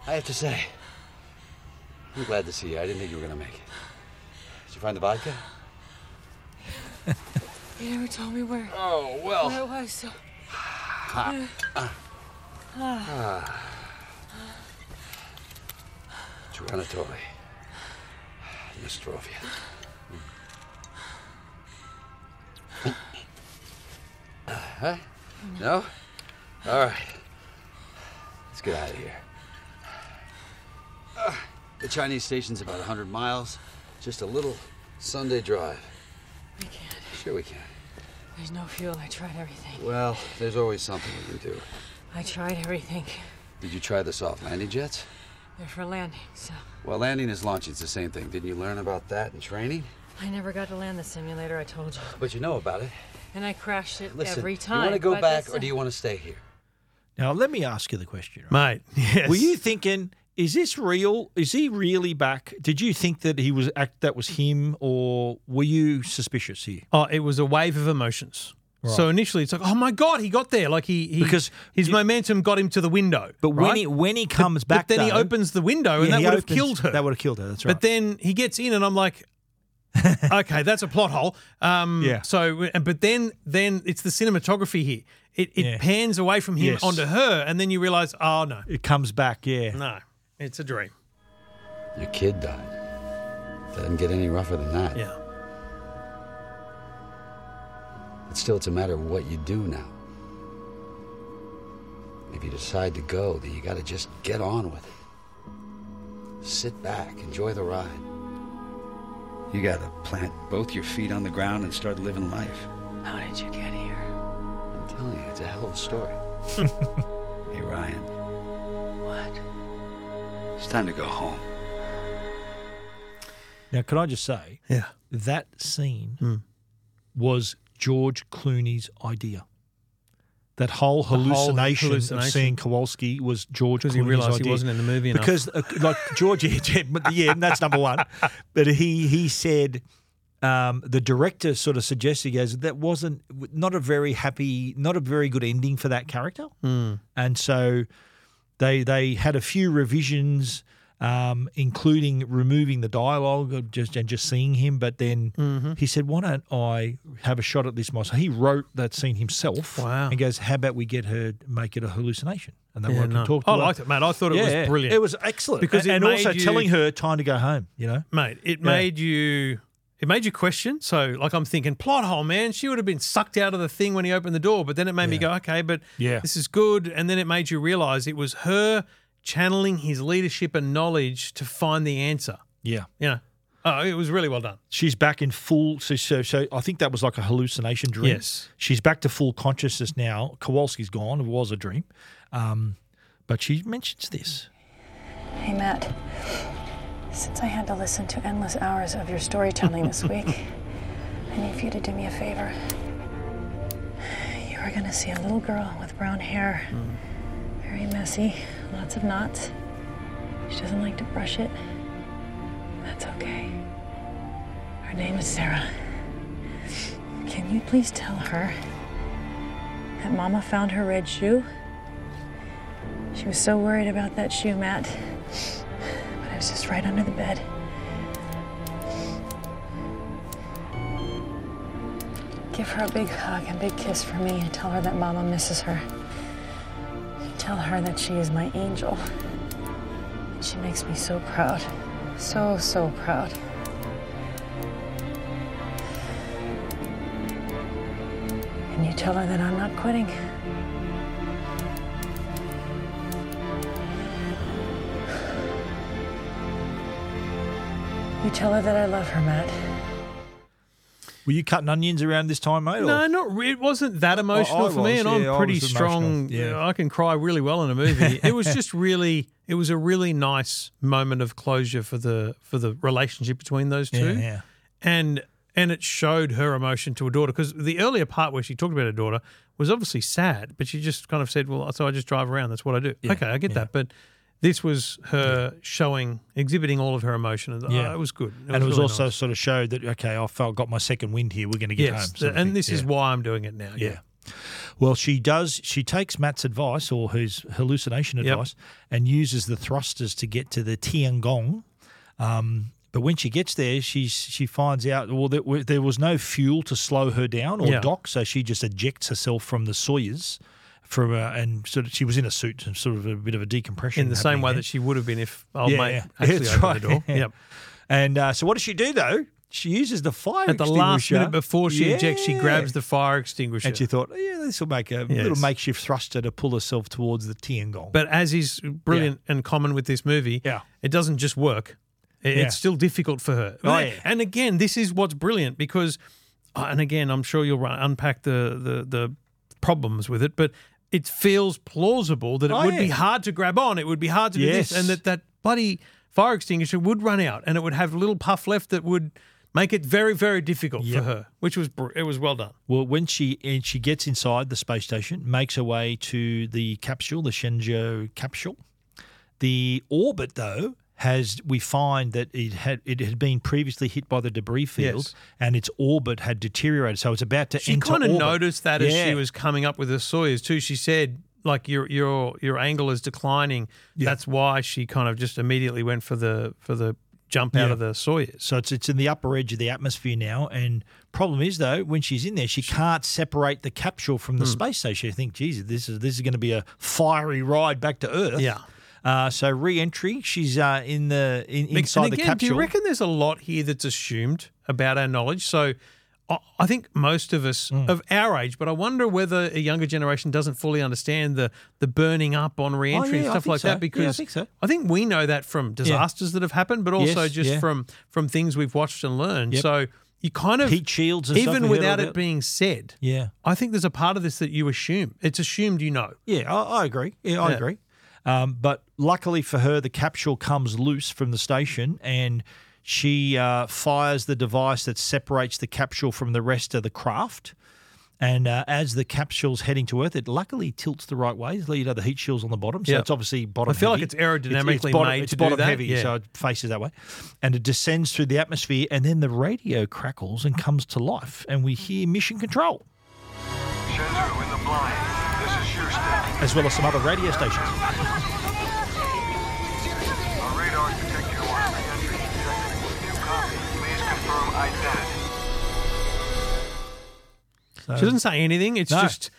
S13: I have to say, I'm glad to see you. I didn't think you were gonna make it. Did you find the vodka?
S14: You never told me where.
S13: Oh well.
S14: Where it was. So.
S13: Ha.
S14: Ah.
S13: Ah. Tyrannotoly. Nostrovia. Huh? Hmm. No? All right. Let's get out of here. Ah, The Chinese station's about 100 miles. Just a little Sunday drive.
S14: We can't.
S13: Sure, we can.
S14: There's no fuel. I tried everything.
S13: Well, there's always something we can do.
S14: I tried everything.
S13: Did you try the soft landing jets?
S14: They're for landing, so
S13: Well, landing is launching. It's the same thing. Didn't you learn about that in training?
S14: I never got to land the simulator. I told you,
S13: But you know about it.
S14: and I crashed it
S13: Listen,
S14: every time.
S13: you want to go
S14: but
S13: back
S14: this-
S13: or do you want to stay here?
S6: Now, let me ask you the question. right?
S7: Mate, yes.
S6: Were you thinking, is this real? Is he really back? Did you think that he was act that was him, or were you suspicious here?
S7: Oh, it was a wave of emotions. So
S6: Right.
S7: initially, it's like, oh my god, he got there! Like he, he
S6: Because
S7: his
S6: you-
S7: momentum got him to the window.
S6: But when
S7: right?
S6: he when he comes back,
S7: but then he
S6: though-
S7: opens the window, and
S6: Yeah,
S7: that
S6: he
S7: would have
S6: opens-
S7: killed her.
S6: That would have killed her. That's right.
S7: But then he gets in, and I'm like, okay, that's a plot hole. Um,
S6: Yeah.
S7: So, and- but then then it's the cinematography here. It it
S6: Yeah.
S7: pans away from him
S6: Yes.
S7: onto her, and then you realize, oh no,
S6: it comes back. Yeah.
S7: no, it's a dream.
S13: Your kid died. Doesn't get any rougher than that.
S7: Yeah.
S13: But still, it's a matter of what you do now. If you decide to go, then you got to just get on with it. Sit back, enjoy the ride. You got to plant both your feet on the ground and start living life.
S14: How did you get here?
S13: I'm telling you, it's a hell of a story. hey, Ryan,
S14: What?
S13: it's time to go home.
S6: Now, can I just say
S7: Yeah. Hmm.
S6: that scene was George Clooney's idea. That whole
S7: whole
S6: hallucination,
S7: hallucination.
S6: of seeing Kowalski was George
S7: Because
S6: Clooney's
S7: he realised he
S6: idea.
S7: wasn't in the movie enough.
S6: Because, uh, like George, yeah, but- yeah, and that's number one. But he he said um, the director sort of suggested he goes that wasn't not a very happy, not a very good ending for that character,
S7: Hmm.
S6: and so they they had a few revisions, um, including removing the dialogue of just and just seeing him. But then
S7: Mm-hmm.
S6: he said, "Why don't I have a shot at this myself?" He wrote that scene himself.
S7: Wow.
S6: And goes, "How about we get her make it a hallucination?" And then
S7: Yeah,
S6: we can
S7: no.
S6: talk. To
S7: I
S6: her.
S7: liked it, mate. I thought it was
S6: Yeah,
S7: brilliant.
S6: It was excellent
S7: Because
S6: because
S7: it
S6: and, also
S7: made you-
S6: telling her time to go home. You know.
S7: mate. It made you. It made you question. So, like, I'm thinking plot hole, man. She would have been sucked out of the thing when he opened the door. But then it made me go, okay, but
S6: Yeah.
S7: this is good. And then it made you realize it was her channeling his leadership and knowledge to find the answer.
S6: Yeah.
S7: You know, Oh, it was really well done.
S6: She's back in full. So, so, so I think that was like a hallucination dream.
S7: Yes.
S6: She's back to full consciousness now. Kowalski's gone. It was a dream. Um, but she mentions this.
S10: Hey, Matt. Since I had to listen to endless hours of your storytelling this week, I need for you to do me a favor. You are going to see a little girl with brown hair. Very messy, lots of knots. She doesn't like to brush it. That's okay. Her name is Sarah. Can you please tell her that Mama found her red shoe? She was so worried about that shoe, Matt. But it was just right under the bed. Give her a big hug and big kiss for me and tell her that Mama misses her. Tell her that she is my angel. And she makes me so proud. So, so proud. And you tell her that I'm not quitting. You tell her that I love her, Matt.
S6: Were you cutting onions around this time, mate? or-
S7: No, not re- it wasn't that emotional
S6: I
S7: for me,
S6: was,
S7: and
S6: yeah, I
S7: I'm pretty
S6: was
S7: strong.
S6: emotional, yeah.
S7: I can cry really well in a movie. it was just really, it was a really nice moment of closure for the for the relationship between those
S6: Yeah,
S7: two.
S6: yeah.
S7: and and it showed her emotion to her daughter because the earlier part where she talked about her daughter was obviously sad, but she just kind of said, "Well, so I just drive around. That's what I do." okay, I get that, but. This was her showing, exhibiting all of her emotion, and yeah. it was good.
S6: and it was
S7: really
S6: also
S7: nice.
S6: sort of showed that okay, I felt got my second wind here. We're going to
S7: yes,
S6: get home. sort of thing.
S7: and this is
S6: Yeah.
S7: why I'm doing it now.
S6: Yeah. Well, she does. She takes Matt's advice or his hallucination
S7: Yep.
S6: advice and uses the thrusters to get to the Tiangong. Um, but when she gets there, she's she finds out well that w- there was no fuel to slow her down or
S7: Yeah.
S6: dock, so she just ejects herself from the Sawyer's. From uh, and sort of, she was in a suit, and sort of a bit of a decompression
S7: in the same
S6: happening
S7: way
S6: there.
S7: that she would have been if old
S6: Yeah,
S7: mate
S6: yeah.
S7: actually
S6: That's
S7: opened
S6: right.
S7: the door. Yep.
S6: And uh, so, what does she do though? She uses the fire
S7: At the last
S6: extinguisher.
S7: minute before she ejects, she
S6: Yeah.
S7: grabs the fire extinguisher.
S6: And she thought, yeah, this will make a little
S7: Yes.
S6: makeshift thruster to pull herself towards the Tiangong.
S7: but as is brilliant and common with this movie, yeah. it doesn't just work. It-
S6: Yeah.
S7: It's still difficult for her.
S6: Oh, yeah.
S7: And again, this is what's brilliant because, uh, and again, I'm sure you'll run- unpack the, the, the problems with it, but it feels plausible that it
S6: Oh,
S7: would be
S6: yeah.
S7: hard to grab on. It would be hard to do this.
S6: Yes.
S7: And that that bloody fire extinguisher would run out and it would have a little puff left that would make it very, very difficult
S6: Yep.
S7: for her, which was, br- it was well done.
S6: Well, when she and she gets inside the space station, makes her way to the capsule, the Shenzhou capsule. The orbit, though, has we find that it had it had been previously hit by the debris field,
S7: Yes.
S6: and its orbit had deteriorated, so it's about to
S7: She
S6: enter.
S7: kind of
S6: orbit.
S7: noticed that as she
S6: Yeah.
S7: was coming up with the Sawyers too. She said, like your your your angle is declining. That's why she kind of just immediately went for the for the jump out
S6: Yeah.
S7: of the Sawyers.
S6: So it's it's in the upper edge of the atmosphere now. And problem is though, when she's in there, she can't separate the capsule from
S7: Hmm.
S6: the space station. You think, geez, this is this is going to be a fiery ride back to Earth.
S7: Yeah.
S6: Uh, so re-entry, she's uh, in the in,
S7: Mick,
S6: inside
S7: and
S6: the
S7: again,
S6: capsule.
S7: Do you reckon there's a lot here that's assumed about our knowledge? So I- I think most of us
S6: Mm.
S7: of our age, but I wonder whether a younger generation doesn't fully understand the the burning up on reentry
S6: Oh, yeah,
S7: and
S6: I
S7: stuff
S6: think
S7: like
S6: so. Yeah, I
S7: that. Because
S6: think so.
S7: I think we know that from disasters that have happened, but also
S6: Yes,
S7: just
S6: yeah.
S7: from from things we've watched and learned.
S6: Yep.
S7: So you kind of
S6: Heat shields and stuff we
S7: even
S6: heard
S7: without
S6: about.
S7: it being said.
S6: Yeah.
S7: I think there's a part of this that you assume. It's assumed you know.
S6: Yeah, I, I agree. Yeah, I
S7: Yeah.
S6: agree. Um, but luckily for her, the capsule comes loose from the station and she uh, fires the device that separates the capsule from the rest of the craft. And uh, as the capsule's heading to Earth, it luckily tilts the right way. You know, the heat shield's on the bottom. So
S7: Yeah.
S6: it's obviously bottom
S7: I feel like
S6: heavy.
S7: it's aerodynamically
S6: bottom,
S7: made
S6: it's
S7: to do
S6: bottom
S7: that.
S6: heavy,
S7: Yeah.
S6: so it faces that way. And it descends through the atmosphere. And then the radio crackles and comes to life. And we hear mission control.
S1: Shenzhou in the blind. This is Houston.
S14: Ah.
S6: as well as some other radio stations.
S1: Our radars detect you on re-entry trajectory. You copy. Please confirm identity.
S7: She doesn't say anything. It's
S6: No.
S7: just.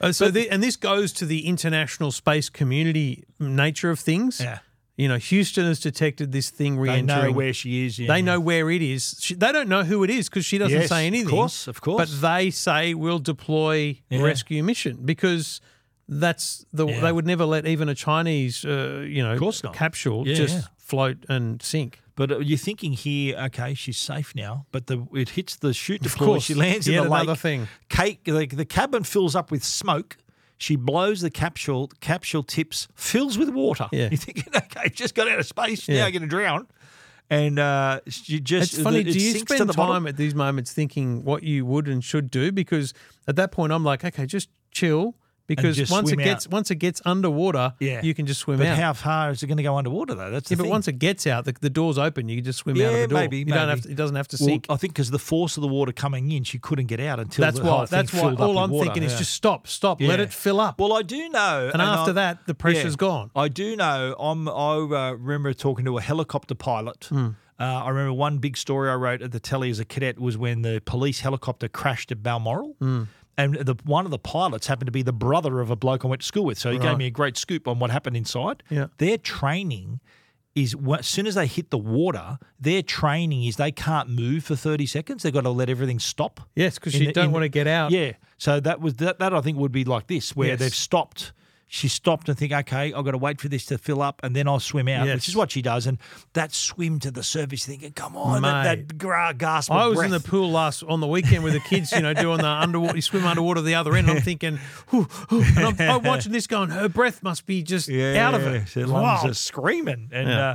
S7: Uh, so, the, and this goes to the international space community nature of things.
S6: Yeah.
S7: You know, Houston has detected this thing
S6: They
S7: re-entering.
S6: know where she is. yeah.
S7: They know where it is. She, they don't know who it is because she doesn't
S6: Yes,
S7: say anything.
S6: Of course, of course.
S7: But they say we'll deploy
S6: Yeah.
S7: rescue mission because that's the
S6: Yeah.
S7: they would never let even a Chinese, uh, you know,
S6: course not.
S7: capsule
S6: Yeah,
S7: just
S6: yeah.
S7: float and sink.
S6: But uh, you're thinking here, okay, she's safe now. But the it hits the chute. Of
S7: course.
S6: course, she lands
S7: Yet
S6: in the
S7: another
S6: lake.
S7: thing.
S6: Cake. The, the cabin fills up with smoke. She blows the capsule. Capsule tips fills with water.
S7: Yeah.
S6: You're thinking, okay, just got out of space.
S7: Yeah.
S6: Now I'm going to drown. And uh, she just
S7: it's funny.
S6: It,
S7: do you
S6: sinks
S7: spend
S6: to the
S7: time
S6: bottom.
S7: at these moments thinking what you would and should do? Because at that point, I'm like, okay, just chill. Because
S6: just
S7: once it
S6: swim out.
S7: gets once it gets underwater,
S6: Yeah.
S7: you can just swim
S6: But
S7: out.
S6: how far is it going to go underwater though? That's the
S7: yeah, but
S6: thing.
S7: once it gets out, the, the door's open. You can just swim
S6: yeah,
S7: out of the door.
S6: maybe
S7: you
S6: maybe.
S7: don't have to, it doesn't have to
S6: Well,
S7: sink.
S6: I think because the force of the water coming in, she couldn't get out until
S7: that's
S6: the
S7: why.
S6: Whole
S7: That's
S6: thing
S7: why.
S6: filled up
S7: All
S6: with
S7: I'm
S6: water.
S7: thinking is
S6: Yeah.
S7: just stop, stop, let
S6: Yeah.
S7: it fill up.
S6: Well, I do know,
S7: And after that, the pressure's
S6: yeah.
S7: gone.
S6: I do know. I'm. I uh, remember talking to a helicopter pilot.
S7: Hmm.
S6: Uh, I remember one big story I wrote at the telly as a cadet was when the police helicopter crashed at Balmoral.
S7: Mm.
S6: And the, one of the pilots happened to be the brother of a bloke I went to school with. So he
S7: Right.
S6: gave me a great scoop on what happened inside.
S7: Yeah.
S6: Their training is wh- as soon as they hit the water, their training is they can't move for 30 seconds. They've got to let everything stop.
S7: Yes, 'cause
S6: in
S7: you
S6: the-
S7: don't
S6: in the-
S7: wanna get out.
S6: Yeah. So that was that, that I think would be like this, where
S7: Yes.
S6: they've stopped. She stopped and think, okay, I've got to wait for this to fill up and then I'll swim out,
S7: Yes.
S6: which is what she does. And that swim to the surface thinking, come on,
S7: Mate.
S6: that, that gra- gasp of
S7: I was
S6: breath.
S7: in the pool last on the weekend with the kids, you know, doing the underwater, you swim underwater the other end. I'm thinking, "Whew, whew," and I'm, I'm watching this going, her breath must be just out of it.
S6: Her lungs
S7: Wow.
S6: are screaming, and
S7: Yeah.
S6: uh,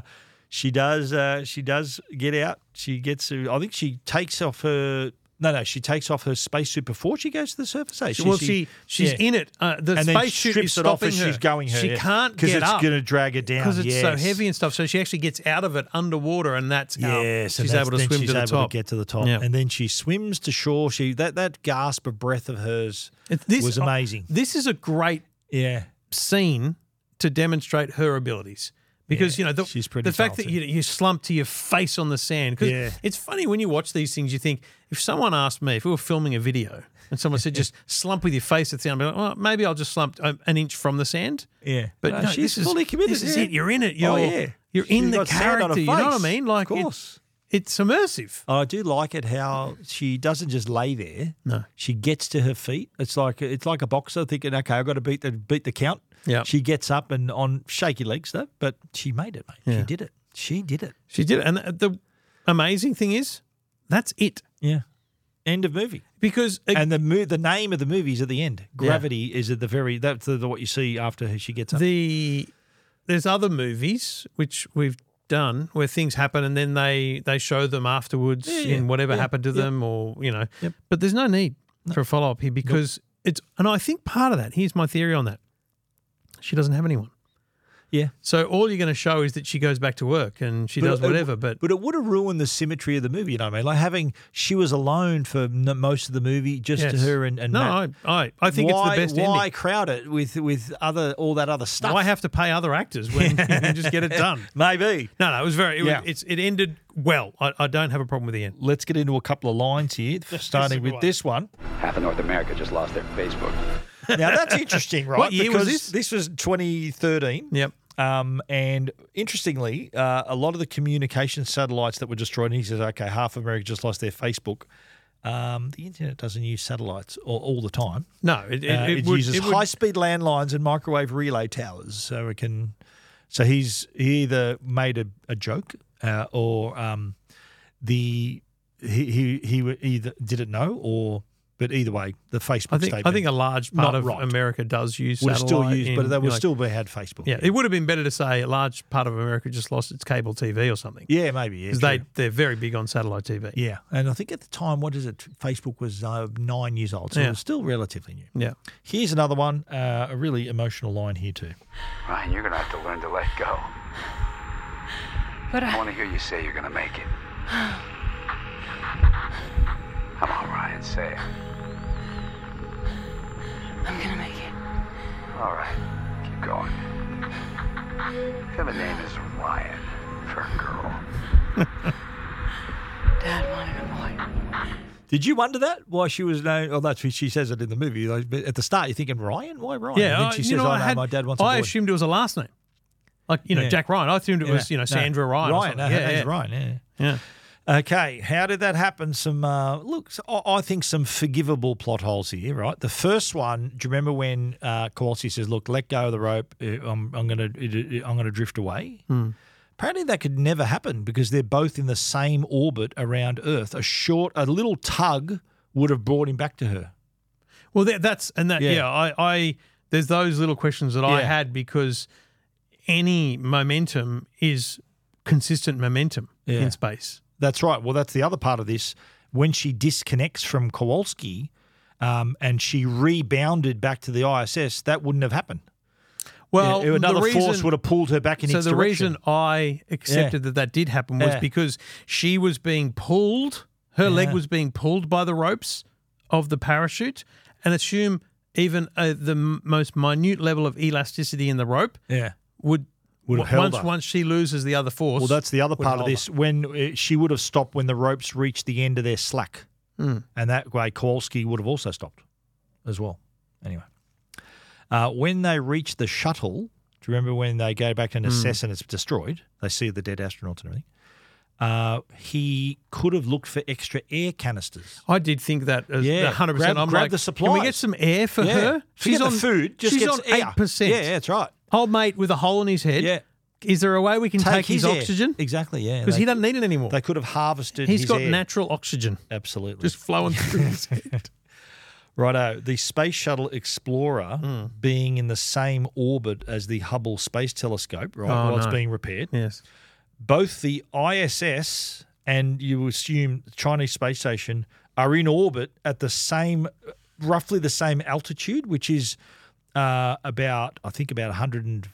S6: she does. Uh, she does get out. She gets. her- I think she takes off her. No, no, she takes off her spacesuit before she goes to the surface. eh?
S7: well, she, she's
S6: yeah.
S7: in it. Uh, the
S6: and then
S7: spacesuit
S6: strips
S7: is
S6: it off
S7: stopping
S6: as
S7: her.
S6: she's going. Her,
S7: She
S6: yeah.
S7: can't
S6: 'Cause
S7: get
S6: it's
S7: up
S6: going to drag her down
S7: because it's so
S6: yes.
S7: heavy and stuff. So she actually gets out of it underwater, and that's how
S6: Yes, and
S7: she's
S6: that's-
S7: able to
S6: then
S7: swim
S6: she's
S7: to the
S6: able
S7: top.
S6: To get to the top,
S7: Yeah.
S6: and then she swims to shore. She that that gasp of breath of hers
S7: It's- this-
S6: was amazing.
S7: This is a great
S6: yeah
S7: scene to demonstrate her abilities. Because you know the, she's
S6: pretty
S7: the fact that you, you slump to your face on the sand. Because
S6: Yeah.
S7: it's funny when you watch these things, you think if someone asked me if we were filming a video and someone said just slump with your face at the sand, I'd be like, well, maybe I'll just slump um, an inch from the sand.
S6: Yeah,
S7: But
S6: No,
S7: no,
S6: she's
S7: this is-
S6: fully committed.
S7: This is
S6: yeah.
S7: it. You're in it. You're,
S6: Oh, yeah.
S7: you're
S6: She's
S7: in the
S6: got sand on her
S7: character. You know what I
S6: face.
S7: mean? Like
S6: of
S7: it-
S6: course.
S7: it's immersive.
S6: I do like it how she doesn't just lay there.
S7: No.
S6: she gets to her feet. It's like it's like a boxer thinking, okay, I've got to beat the beat the count.
S7: Yeah.
S6: she gets up and on shaky legs though, but she made it, mate.
S7: Yeah.
S6: She did it. She did it.
S7: She did it. And the, the amazing thing is, that's it.
S6: Yeah. End of movie.
S7: Because
S6: and the mo- the name of the movie is at the end. Gravity is at the very that's the, what you see after she gets up.
S7: the there's other movies which we've done where things happen and then they they show them afterwards
S6: Yeah, yeah,
S7: in whatever
S6: yeah,
S7: happened to
S6: yeah.
S7: them or you know
S6: Yep.
S7: but there's no need for a follow up here because it's and I think part of that here's my theory on that she doesn't have anyone
S6: yeah.
S7: so all you're going to show is that she goes back to work and she
S6: But
S7: does
S6: it-
S7: whatever but
S6: But it would have ruined the symmetry of the movie, you know what I mean? Like having she was alone for n- most of the movie, just to
S7: Yes.
S6: her and, and
S7: no
S6: Matt.
S7: I, I I think it's
S6: Why-
S7: the best
S6: Why
S7: ending
S6: crowd it with with other all that other stuff?
S7: why have to pay other actors when you can just get it done
S6: Maybe.
S7: no no it was very it, was-
S6: Yeah.
S7: it's, it ended well I, I don't have a problem with the end
S6: Let's get into a couple of lines here, starting with
S7: one.
S6: this one.
S15: Half of North America just lost their Facebook.
S6: Now that's interesting, right?
S7: What year was
S6: Because This was 2013.
S7: Yep.
S6: Um, and interestingly, uh, a lot of the communication satellites that were destroyed, and he says, okay, half of America just lost their Facebook. Um, the internet doesn't use satellites all, all the time.
S7: No, it, it,
S6: Uh,
S7: it would-
S6: uses
S7: it would-
S6: high-speed landlines and microwave relay towers, so it can. So he's he either made a, a joke uh, or um, the he he he wa- either didn't know or but either way, the Facebook
S7: I think
S6: statement.
S7: I think a large
S6: not
S7: part of
S6: right.
S7: America does use
S6: would have still
S7: satellite
S6: used,
S7: in,
S6: but they would
S7: like-
S6: still be had Facebook.
S7: Yeah, it would have been better to say a large part of America just lost its cable TV or something
S6: yeah, maybe. Yeah,
S7: because
S6: true.
S7: they they're very big on satellite TV.
S6: Yeah, and I think at the time, what is it? Facebook was uh, nine years old, so
S7: Yeah.
S6: it was still relatively new.
S7: Yeah.
S6: Here's another one, uh, a really emotional line here too.
S15: Ryan, you're gonna have to learn to let go.
S10: But
S15: I want to hear you say you're gonna make it. Come on, Ryan, say it.
S10: I'm gonna make it.
S15: All right, keep going. If you have a name is Ryan for a girl.
S10: Dad wanted a boy.
S6: Did you wonder that why she was known? Well, that's what she says it in the movie. like, but at the start, you're thinking Ryan, why Ryan?
S7: Yeah,
S6: and then
S7: I-
S6: she
S7: you
S6: says,
S7: know,
S6: "Oh
S7: I
S6: no,
S7: had-
S6: my dad wants a boy."
S7: I assumed it was a last name, like you know
S6: Yeah.
S7: Jack Ryan. I assumed it
S6: Yeah.
S7: was you know
S6: No.
S7: Sandra Ryan. or
S6: Ryan,
S7: something.
S6: no, her
S7: yeah,
S6: name's
S7: yeah.
S6: Ryan. Yeah.
S7: Yeah.
S6: Okay, how did that happen? Some uh, look, so I, I think some forgivable plot holes here, right? The first one, do you remember when uh, Kowalski says, "Look, let go of the rope. uh, I'm, I'm gonna, it- it- I'm gonna drift away." Apparently, that could never happen because they're both in the same orbit around Earth. A short, a little tug would have brought him back to her.
S7: Well, that, that's and that. Yeah,
S6: Yeah.
S7: I, I there's those little questions that I
S6: Yeah.
S7: had because any momentum is consistent momentum
S6: Yeah.
S7: in space.
S6: That's right. Well, that's the other part of this. When she disconnects from Kowalski um, and she rebounded back to the ISS, that wouldn't have happened.
S7: Well,
S6: Yeah, another
S7: the
S6: force
S7: reason-
S6: would have pulled her back in
S7: so
S6: its
S7: the
S6: direction.
S7: reason I accepted that that did happen was
S6: Yeah.
S7: because she was being pulled, her leg
S6: Yeah.
S7: was being pulled by the ropes of the parachute, and assume even uh, the m- most minute level of elasticity in the rope
S6: yeah.
S7: would
S6: Would have
S7: w-
S6: held
S7: once
S6: her.
S7: once she loses the other force.
S6: Well, that's the other
S7: would
S6: part of
S7: hold her.
S6: this. When uh, she would have stopped when the ropes reached the end of their slack,
S7: Hmm.
S6: and that way Kowalski would have also stopped as well. Anyway, uh, when they reach the shuttle, do you remember when they go back and
S7: Hmm.
S6: assess and it's destroyed? They see the dead astronauts and everything. Uh, he could have looked for extra air canisters.
S7: I did think that as
S6: Yeah,
S7: 100%.
S6: grab-
S7: I'm
S6: grab
S7: like,
S6: the
S7: Can we
S6: supplies."
S7: get some air for
S6: Yeah.
S7: her?
S6: Forget the food, just
S7: she's
S6: gets
S7: on
S6: air.
S7: 8%.
S6: Yeah, that's right.
S7: Old mate with a hole in his head.
S6: Yeah.
S7: Is there a way we can take, his,
S6: air.
S7: oxygen?
S6: Exactly, yeah.
S7: Because
S6: They-
S7: he doesn't need it anymore.
S6: They could have harvested
S7: He's
S6: his
S7: got
S6: air.
S7: natural oxygen
S6: Absolutely.
S7: just flowing through his head.
S6: Righto, the Space Shuttle Explorer
S7: Hmm.
S6: being in the same orbit as the Hubble Space Telescope, right,
S7: Oh,
S6: while it's
S7: no.
S6: being repaired.
S7: Yes.
S6: Both the ISS and you assume the Chinese Space Station are in orbit at the same, roughly the same altitude, which is uh, about, I think, about 100, and,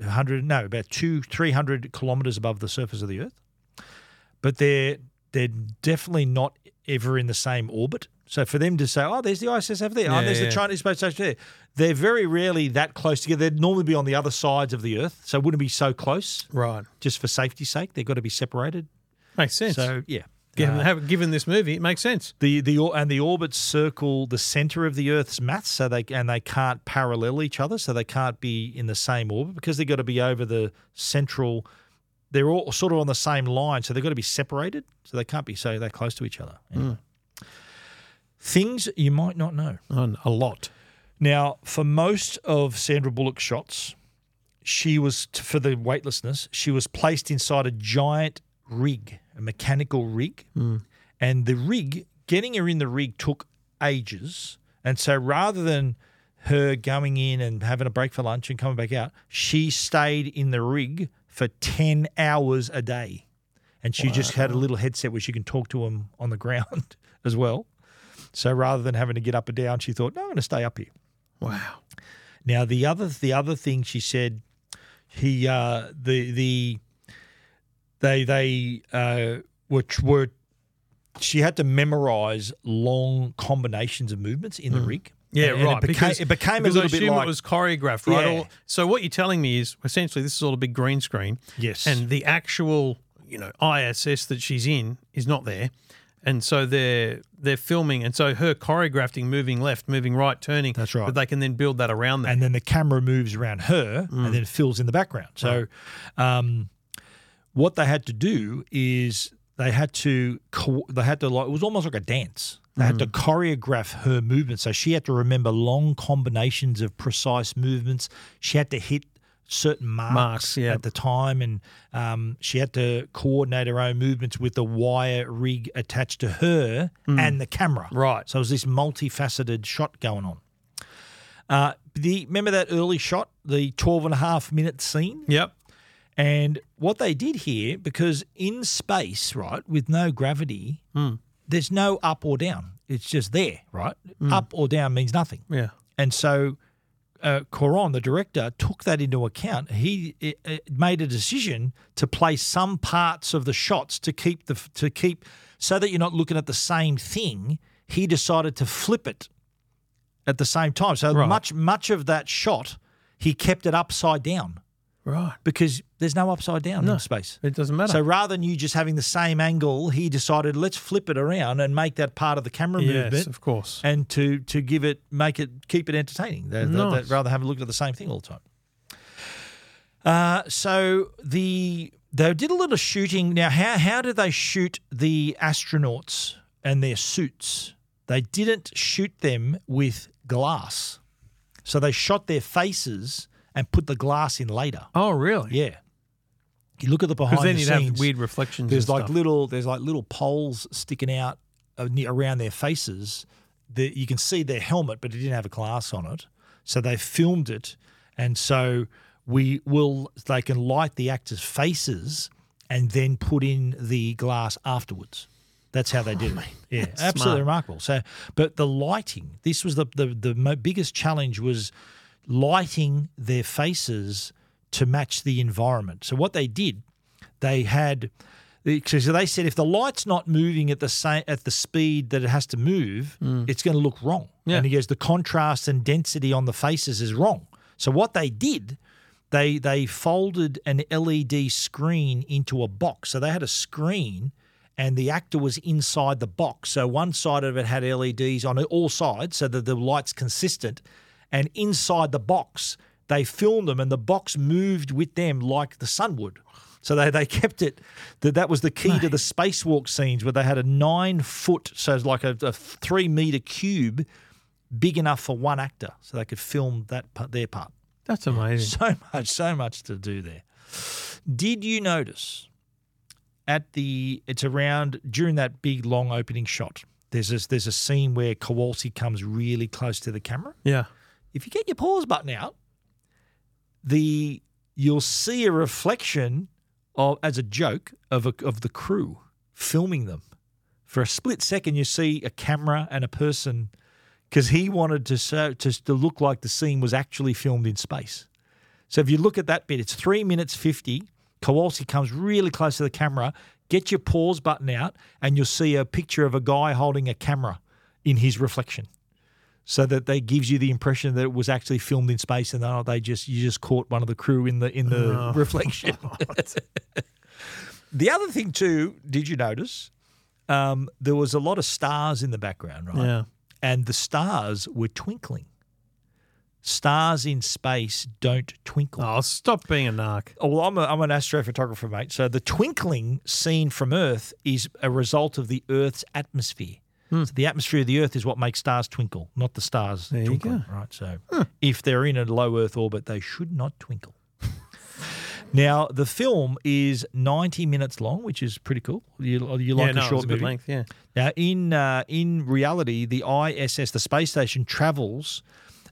S6: 100 no, about two, 300 kilometers above the surface of the Earth but they're they're definitely not ever in the same orbit. So for them to say, "Oh, there's the ISS over there.
S7: Yeah,
S6: oh, there's
S7: yeah.
S6: the Chinese space station there," they're very rarely that close together. They'd normally be on the other sides of the Earth, so it wouldn't be so close.
S7: Right.
S6: Just for safety's sake, they've got to be separated.
S7: Makes sense.
S6: So yeah,
S7: given,
S6: Uh,
S7: have- given this movie, it makes sense.
S6: the the or- and the orbits circle the center of the Earth's mass, so they and they can't parallel each other, so they can't be in the same orbit because they've got to be over the central. They're all sort of on the same line, so they've got to be separated, so they can't be so that close to each other. Anyway. Things you might not know.
S7: On a lot.
S6: Now, for most of Sandra Bullock's shots, she was t- for the weightlessness. She was placed inside a giant rig, a mechanical rig, and the rig getting her in the rig took ages. And so, rather than her going in and having a break for lunch and coming back out, she stayed in the rig for ten hours a day, and she just had a little headset where she can talk to him on the ground as well. So rather than having to get up and down, she thought, "No, I'm going to stay up here."
S7: Wow.
S6: Now the other the other thing she said, he uh, the the they they uh, were were she had to memorize long combinations of movements in the rig.
S7: Mm. Yeah,
S6: And- and
S7: right.
S6: It became,
S7: because,
S6: it became
S7: because
S6: a
S7: I
S6: little bit
S7: assume
S6: like
S7: it was choreographed, right?
S6: Yeah.
S7: Or- so what you're telling me is essentially this is all a big green screen.
S6: Yes.
S7: And the actual, you know, ISS that she's in is not there. And so they're they're filming, and so her choreographing, moving left, moving right, turning.
S6: That's right.
S7: But they can then build that around that.
S6: and then the camera moves around her
S7: Mm.
S6: and then it fills in the background. So, um, what they had to do is they had to co- they had to like it was almost like a dance. They
S7: Mm.
S6: had to choreograph her movements, so she had to remember long combinations of precise movements. She had to hit certain marks,
S7: Marks, yeah.
S6: at the time, and um, she had to coordinate her own movements with the wire rig attached to her
S7: Mm.
S6: and the camera.
S7: Right.
S6: So it was this multifaceted shot going on. Uh, the remember that early shot, the 12 and a half minute scene?
S7: Yep.
S6: And what they did here, because in space, right, with no gravity,
S7: Mm.
S6: there's no up or down. It's just there, right? Up or down means nothing.
S7: Yeah.
S6: And so uh, Coron, the director, took that into account. He it, it made a decision to play some parts of the shots to keep the to keep so that you're not looking at the same thing. He decided to flip it at the same time. So
S7: Right.
S6: much much of that shot, he kept it upside down
S7: Right.
S6: because there's no upside down
S7: No.
S6: in space.
S7: It doesn't matter.
S6: So rather than you just having the same angle, he decided let's flip it around and make that part of the camera
S7: yes,
S6: movement
S7: of course.
S6: and to to give it make it keep it entertaining. They, they-
S7: Nice.
S6: they'd rather have a look at the same thing all the time. Uh, so the they did a little shooting. Now, how how did they shoot the astronauts and their suits? They didn't shoot them with glass, so they shot their faces and put the glass in later.
S7: Oh, really?
S6: Yeah. You look at the behind
S7: then
S6: the
S7: you'd have
S6: scenes.
S7: weird reflections
S6: There's
S7: and
S6: like
S7: stuff.
S6: little there's like little poles sticking out uh, ne- around their faces. That you can see their helmet, but it didn't have a glass on it, so they filmed it, and so we will they can light the actors' faces and then put in the glass afterwards. That's how they did it. Yeah,
S7: Oh, that's smart.
S6: absolutely remarkable. So, but the lighting. This was the the the mo- biggest challenge was lighting their faces to match the environment. So what they did, they had. So they said if the light's not moving at the same at the speed that it has to move, it's going to look wrong.
S7: Yeah.
S6: And he goes, the contrast and density on the faces is wrong. So what they did, they they folded an LED screen into a box. So they had a screen and the actor was inside the box. So one side of it had LEDs on all sides so that the light's consistent. And inside the box, they filmed them and the box moved with them like the sun would. So they, they kept it. That that was the key to the spacewalk scenes where they had a nine foot, so it's like a, a three meter cube, big enough for one actor, so they could film that part, their part.
S7: That's amazing.
S6: So much, so much to do there. Did you notice at the it's around during that big long opening shot? There's this, there's a scene where Kowalski comes really close to the camera.
S7: Yeah.
S6: If you get your pause button out, the you'll see a reflection of as a joke of a, of the crew filming them. For a split second, you see a camera and a person because he wanted to so to, to look like the scene was actually filmed in space. So if you look at that bit, it's three minutes fifty. Kowalski comes really close to the camera. Get your pause button out, and you'll see a picture of a guy holding a camera in his reflection, so that they gives you the impression that it was actually filmed in space, and not they just you just caught one of the crew in the in the
S7: Oh.
S6: reflection. the other thing too, did you notice? Um, there was a lot of stars in the background, right?
S7: Yeah.
S6: And the stars were twinkling. Stars in space don't twinkle.
S7: Oh, stop being a narc.
S6: Oh, well, I'm, a, I'm an astrophotographer, mate. So the twinkling seen from Earth is a result of the Earth's atmosphere.
S7: Hmm.
S6: So the atmosphere of the Earth is what makes stars twinkle, not the stars
S7: you
S6: twinkle.
S7: go.
S6: Right. So if they're in a low Earth orbit, they should not twinkle. now the film is 90 minutes long, which is pretty cool. You, you like
S7: yeah, no,
S6: a
S7: it
S6: short
S7: was a good
S6: movie.
S7: length. Yeah.
S6: Now, in uh, in reality, the ISS, the space station, travels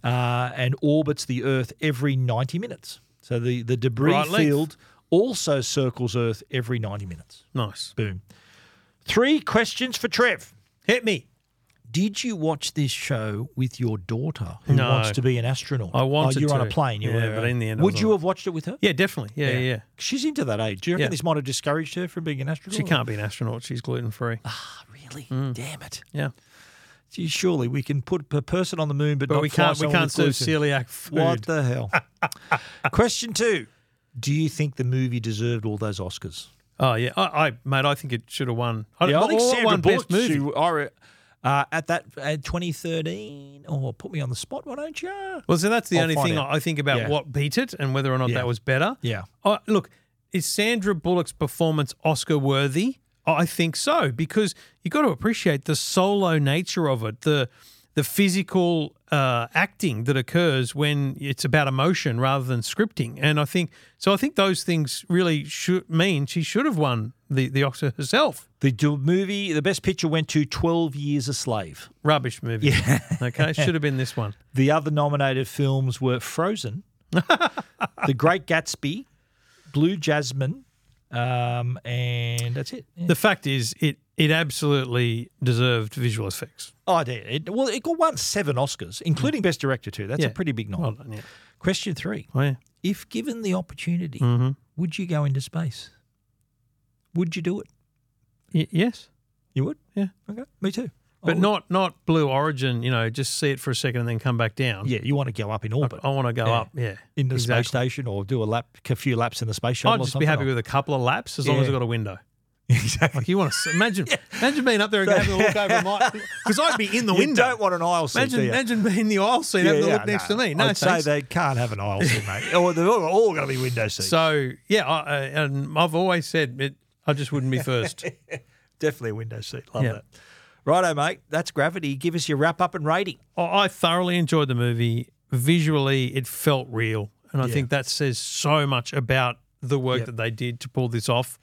S6: uh, and orbits the Earth every ninety minutes. So the the debris
S7: Right length.
S6: field also circles Earth every ninety minutes.
S7: Nice.
S6: Boom. Three questions for Trev.
S7: Hit me.
S6: Did you watch this show with your daughter who
S7: No.
S6: wants to be an astronaut?
S7: I wanted
S6: oh, you're on a
S7: to.
S6: plane. You
S7: Yeah,
S6: were,
S7: but in the end I
S6: would
S7: was
S6: you
S7: on-
S6: have watched it with her?
S7: Yeah, definitely. Yeah, yeah. yeah.
S6: She's into that age. Do you reckon
S7: Yeah.
S6: this might have discouraged her from being an astronaut?
S7: She can't Mm. be an astronaut. She's gluten free.
S6: Ah. Really? Damn it.
S7: Yeah.
S6: Gee, surely we can put a person on the moon, but,
S7: But
S6: not
S7: we
S6: fly
S7: can't- we
S6: someone
S7: can't
S6: with
S7: serve
S6: gluten.
S7: celiac food.
S6: What the hell? Question two: Do you think the movie deserved all those Oscars?
S7: Oh yeah. I, I mate, I think it should have won. I,
S6: Yeah, I
S7: or
S6: think
S7: it
S6: Sandra
S7: won best
S6: Bullock,
S7: movie.
S6: she- I re- uh, at that uh, 2013. Oh, put me on the spot, why don't you?
S7: Well, so that's the
S6: I'll
S7: only
S6: find
S7: thing
S6: out.
S7: I think about
S6: Yeah.
S7: what beat it and whether or not
S6: Yeah.
S7: that was better.
S6: Yeah.
S7: Oh, look, is Sandra Bullock's performance Oscar worthy? I think so because you got to appreciate the solo nature of it, the the physical uh, acting that occurs when it's about emotion rather than scripting. And I think so. I think those things really should mean she should have won the the Oscar herself.
S6: The do- movie, the best picture went to 12 Years a Slave.
S7: Rubbish movie.
S6: Yeah.
S7: Okay. Should have been this one.
S6: The other nominated films were Frozen, The Great Gatsby, Blue Jasmine, um, and that's it. Yeah.
S7: The fact is, it it absolutely deserved visual effects.
S6: Oh, it did. It, well, it got won seven Oscars, including Best Director too. That's
S7: Mm. Yeah.
S6: a pretty big nom.
S7: Well done, yeah.
S6: Question three:
S7: Oh, yeah.
S6: If given the opportunity,
S7: Mhm.
S6: would you go into space? Would you do it?
S7: Y- yes.
S6: You would.
S7: Yeah.
S6: Okay. Me too. Oh, I
S7: But
S6: would.
S7: not not Blue Origin, you know, just see it for a second and then come back down.
S6: Yeah, you want to go up in
S7: I,
S6: orbit.
S7: want to go
S6: Yeah.
S7: up. Yeah.
S6: In the
S7: exactly.
S6: space station, or do a lap, a few laps in the space shuttle.
S7: I'd
S6: or
S7: just be
S6: something.
S7: happy with a couple of laps as long as
S6: Yeah.
S7: I've got a window.
S6: Exactly.
S7: Like you want to imagine imagine being up there and having a look over my because I'd be in the
S6: You
S7: window.
S6: don't want an aisle seat.
S7: imagine
S6: do you?
S7: imagine being in the aisle seat having a look next
S6: no.
S7: to me. No,
S6: I'd
S7: thanks.
S6: say they can't have an aisle seat, mate. Or they're all, going to be window seats.
S7: so yeah, I, I, and I've always said it, I just wouldn't be first.
S6: Definitely a window seat. Love
S7: Yeah.
S6: that. Righto, mate. That's gravity. Give us your wrap up and rating.
S7: I I thoroughly enjoyed the movie. Visually, it felt real, and I
S6: Yeah.
S7: think that says so much about the work that they did to pull this off.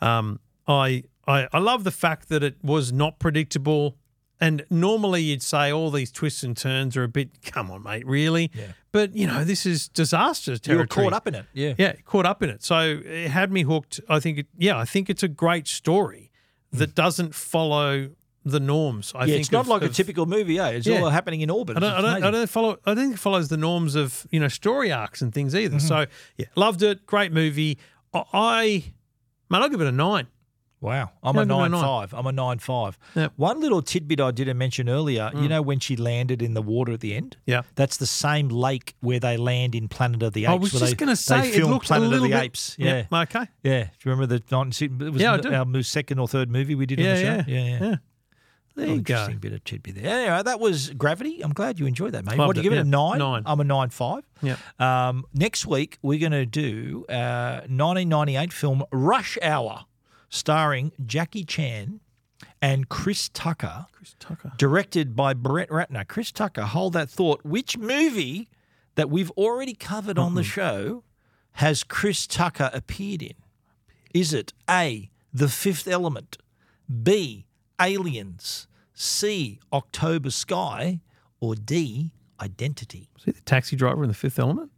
S7: Um, I, I I love the fact that it was not predictable. And normally you'd say all these twists and turns are a bit, come on, mate, really?
S6: Yeah.
S7: But you know, this is disastrous
S6: You were
S7: territory.
S6: caught up in it. Yeah.
S7: Yeah, caught up in it. So it had me hooked. I think, it, yeah, I think it's a great story that doesn't follow the norms. I
S6: Mm. yeah,
S7: think
S6: it's not
S7: of-
S6: like a
S7: of-
S6: typical movie, eh? It's
S7: Yeah.
S6: all happening in orbit.
S7: I don't,
S6: It's
S7: I don't, I
S6: amazing.
S7: don't follow. I don't think it follows the norms of you know story arcs and things either.
S6: Mm-hmm.
S7: So yeah, loved it. Great movie. I, I man, I'll give it a nine.
S6: Wow, I'm
S7: Yeah, no,
S6: a
S7: no,
S6: nine
S7: nine.
S6: five. I'm a nine five.
S7: Yeah. Mm.
S6: One little tidbit I didn't mention earlier. You know when she landed in the water at the end.
S7: Yeah.
S6: that's the same lake where they land in Planet of the Apes.
S7: I was
S6: where
S7: just
S6: they-
S7: going to
S6: they
S7: say it
S6: filmed
S7: looked
S6: Planet
S7: a little
S6: of the
S7: bit,
S6: Apes. Yeah,
S7: Yep, okay.
S6: yeah. Do you remember the 19? It was
S7: Yeah, I
S6: n-
S7: do.
S6: our mo- second or third movie we did on
S7: Yeah,
S6: the show.
S7: yeah.
S6: yeah.
S7: Yeah.
S6: There
S7: you go.
S6: Interesting bit of tidbit there. Anyway, that was Gravity. I'm glad you enjoyed that, mate.
S7: Loved
S6: what do you
S7: it,
S6: give it a
S7: yeah.
S6: nine?
S7: Nine.
S6: I'm a nine five.
S7: Yeah.
S6: Um, next week we're going to do uh, 1998 film Rush Hour, starring Jackie Chan and Chris Tucker. Chris
S7: Tucker.
S6: Directed by Brett Ratner. Chris Tucker. Hold that thought. Which movie that we've already covered on the show has Chris Tucker appeared in? Is it A, The Fifth Element, B, Aliens, C, October Sky, or D, Identity?
S7: See the taxi driver in the Fifth Element.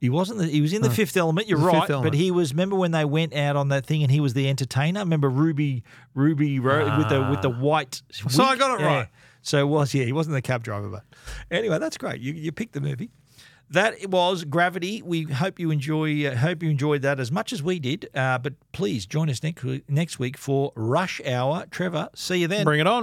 S6: He wasn't. The, he was in the
S7: No.
S6: Fifth Element. You're
S7: The Fifth
S6: right,
S7: Element.
S6: but he was. Remember when they went out on that thing and he was the entertainer? Remember Ruby, Ruby Ro- with the with the white.
S7: Ah. So I
S6: wig?
S7: got it
S6: Yeah.
S7: right.
S6: So it was. Yeah, he wasn't the cab driver, but anyway, that's great. You you picked the movie. That was Gravity. We hope you enjoy. Uh, hope you enjoyed that as much as we did. Uh, but please join us next week, next week for Rush Hour. Trevor, see you then.
S7: Bring it on.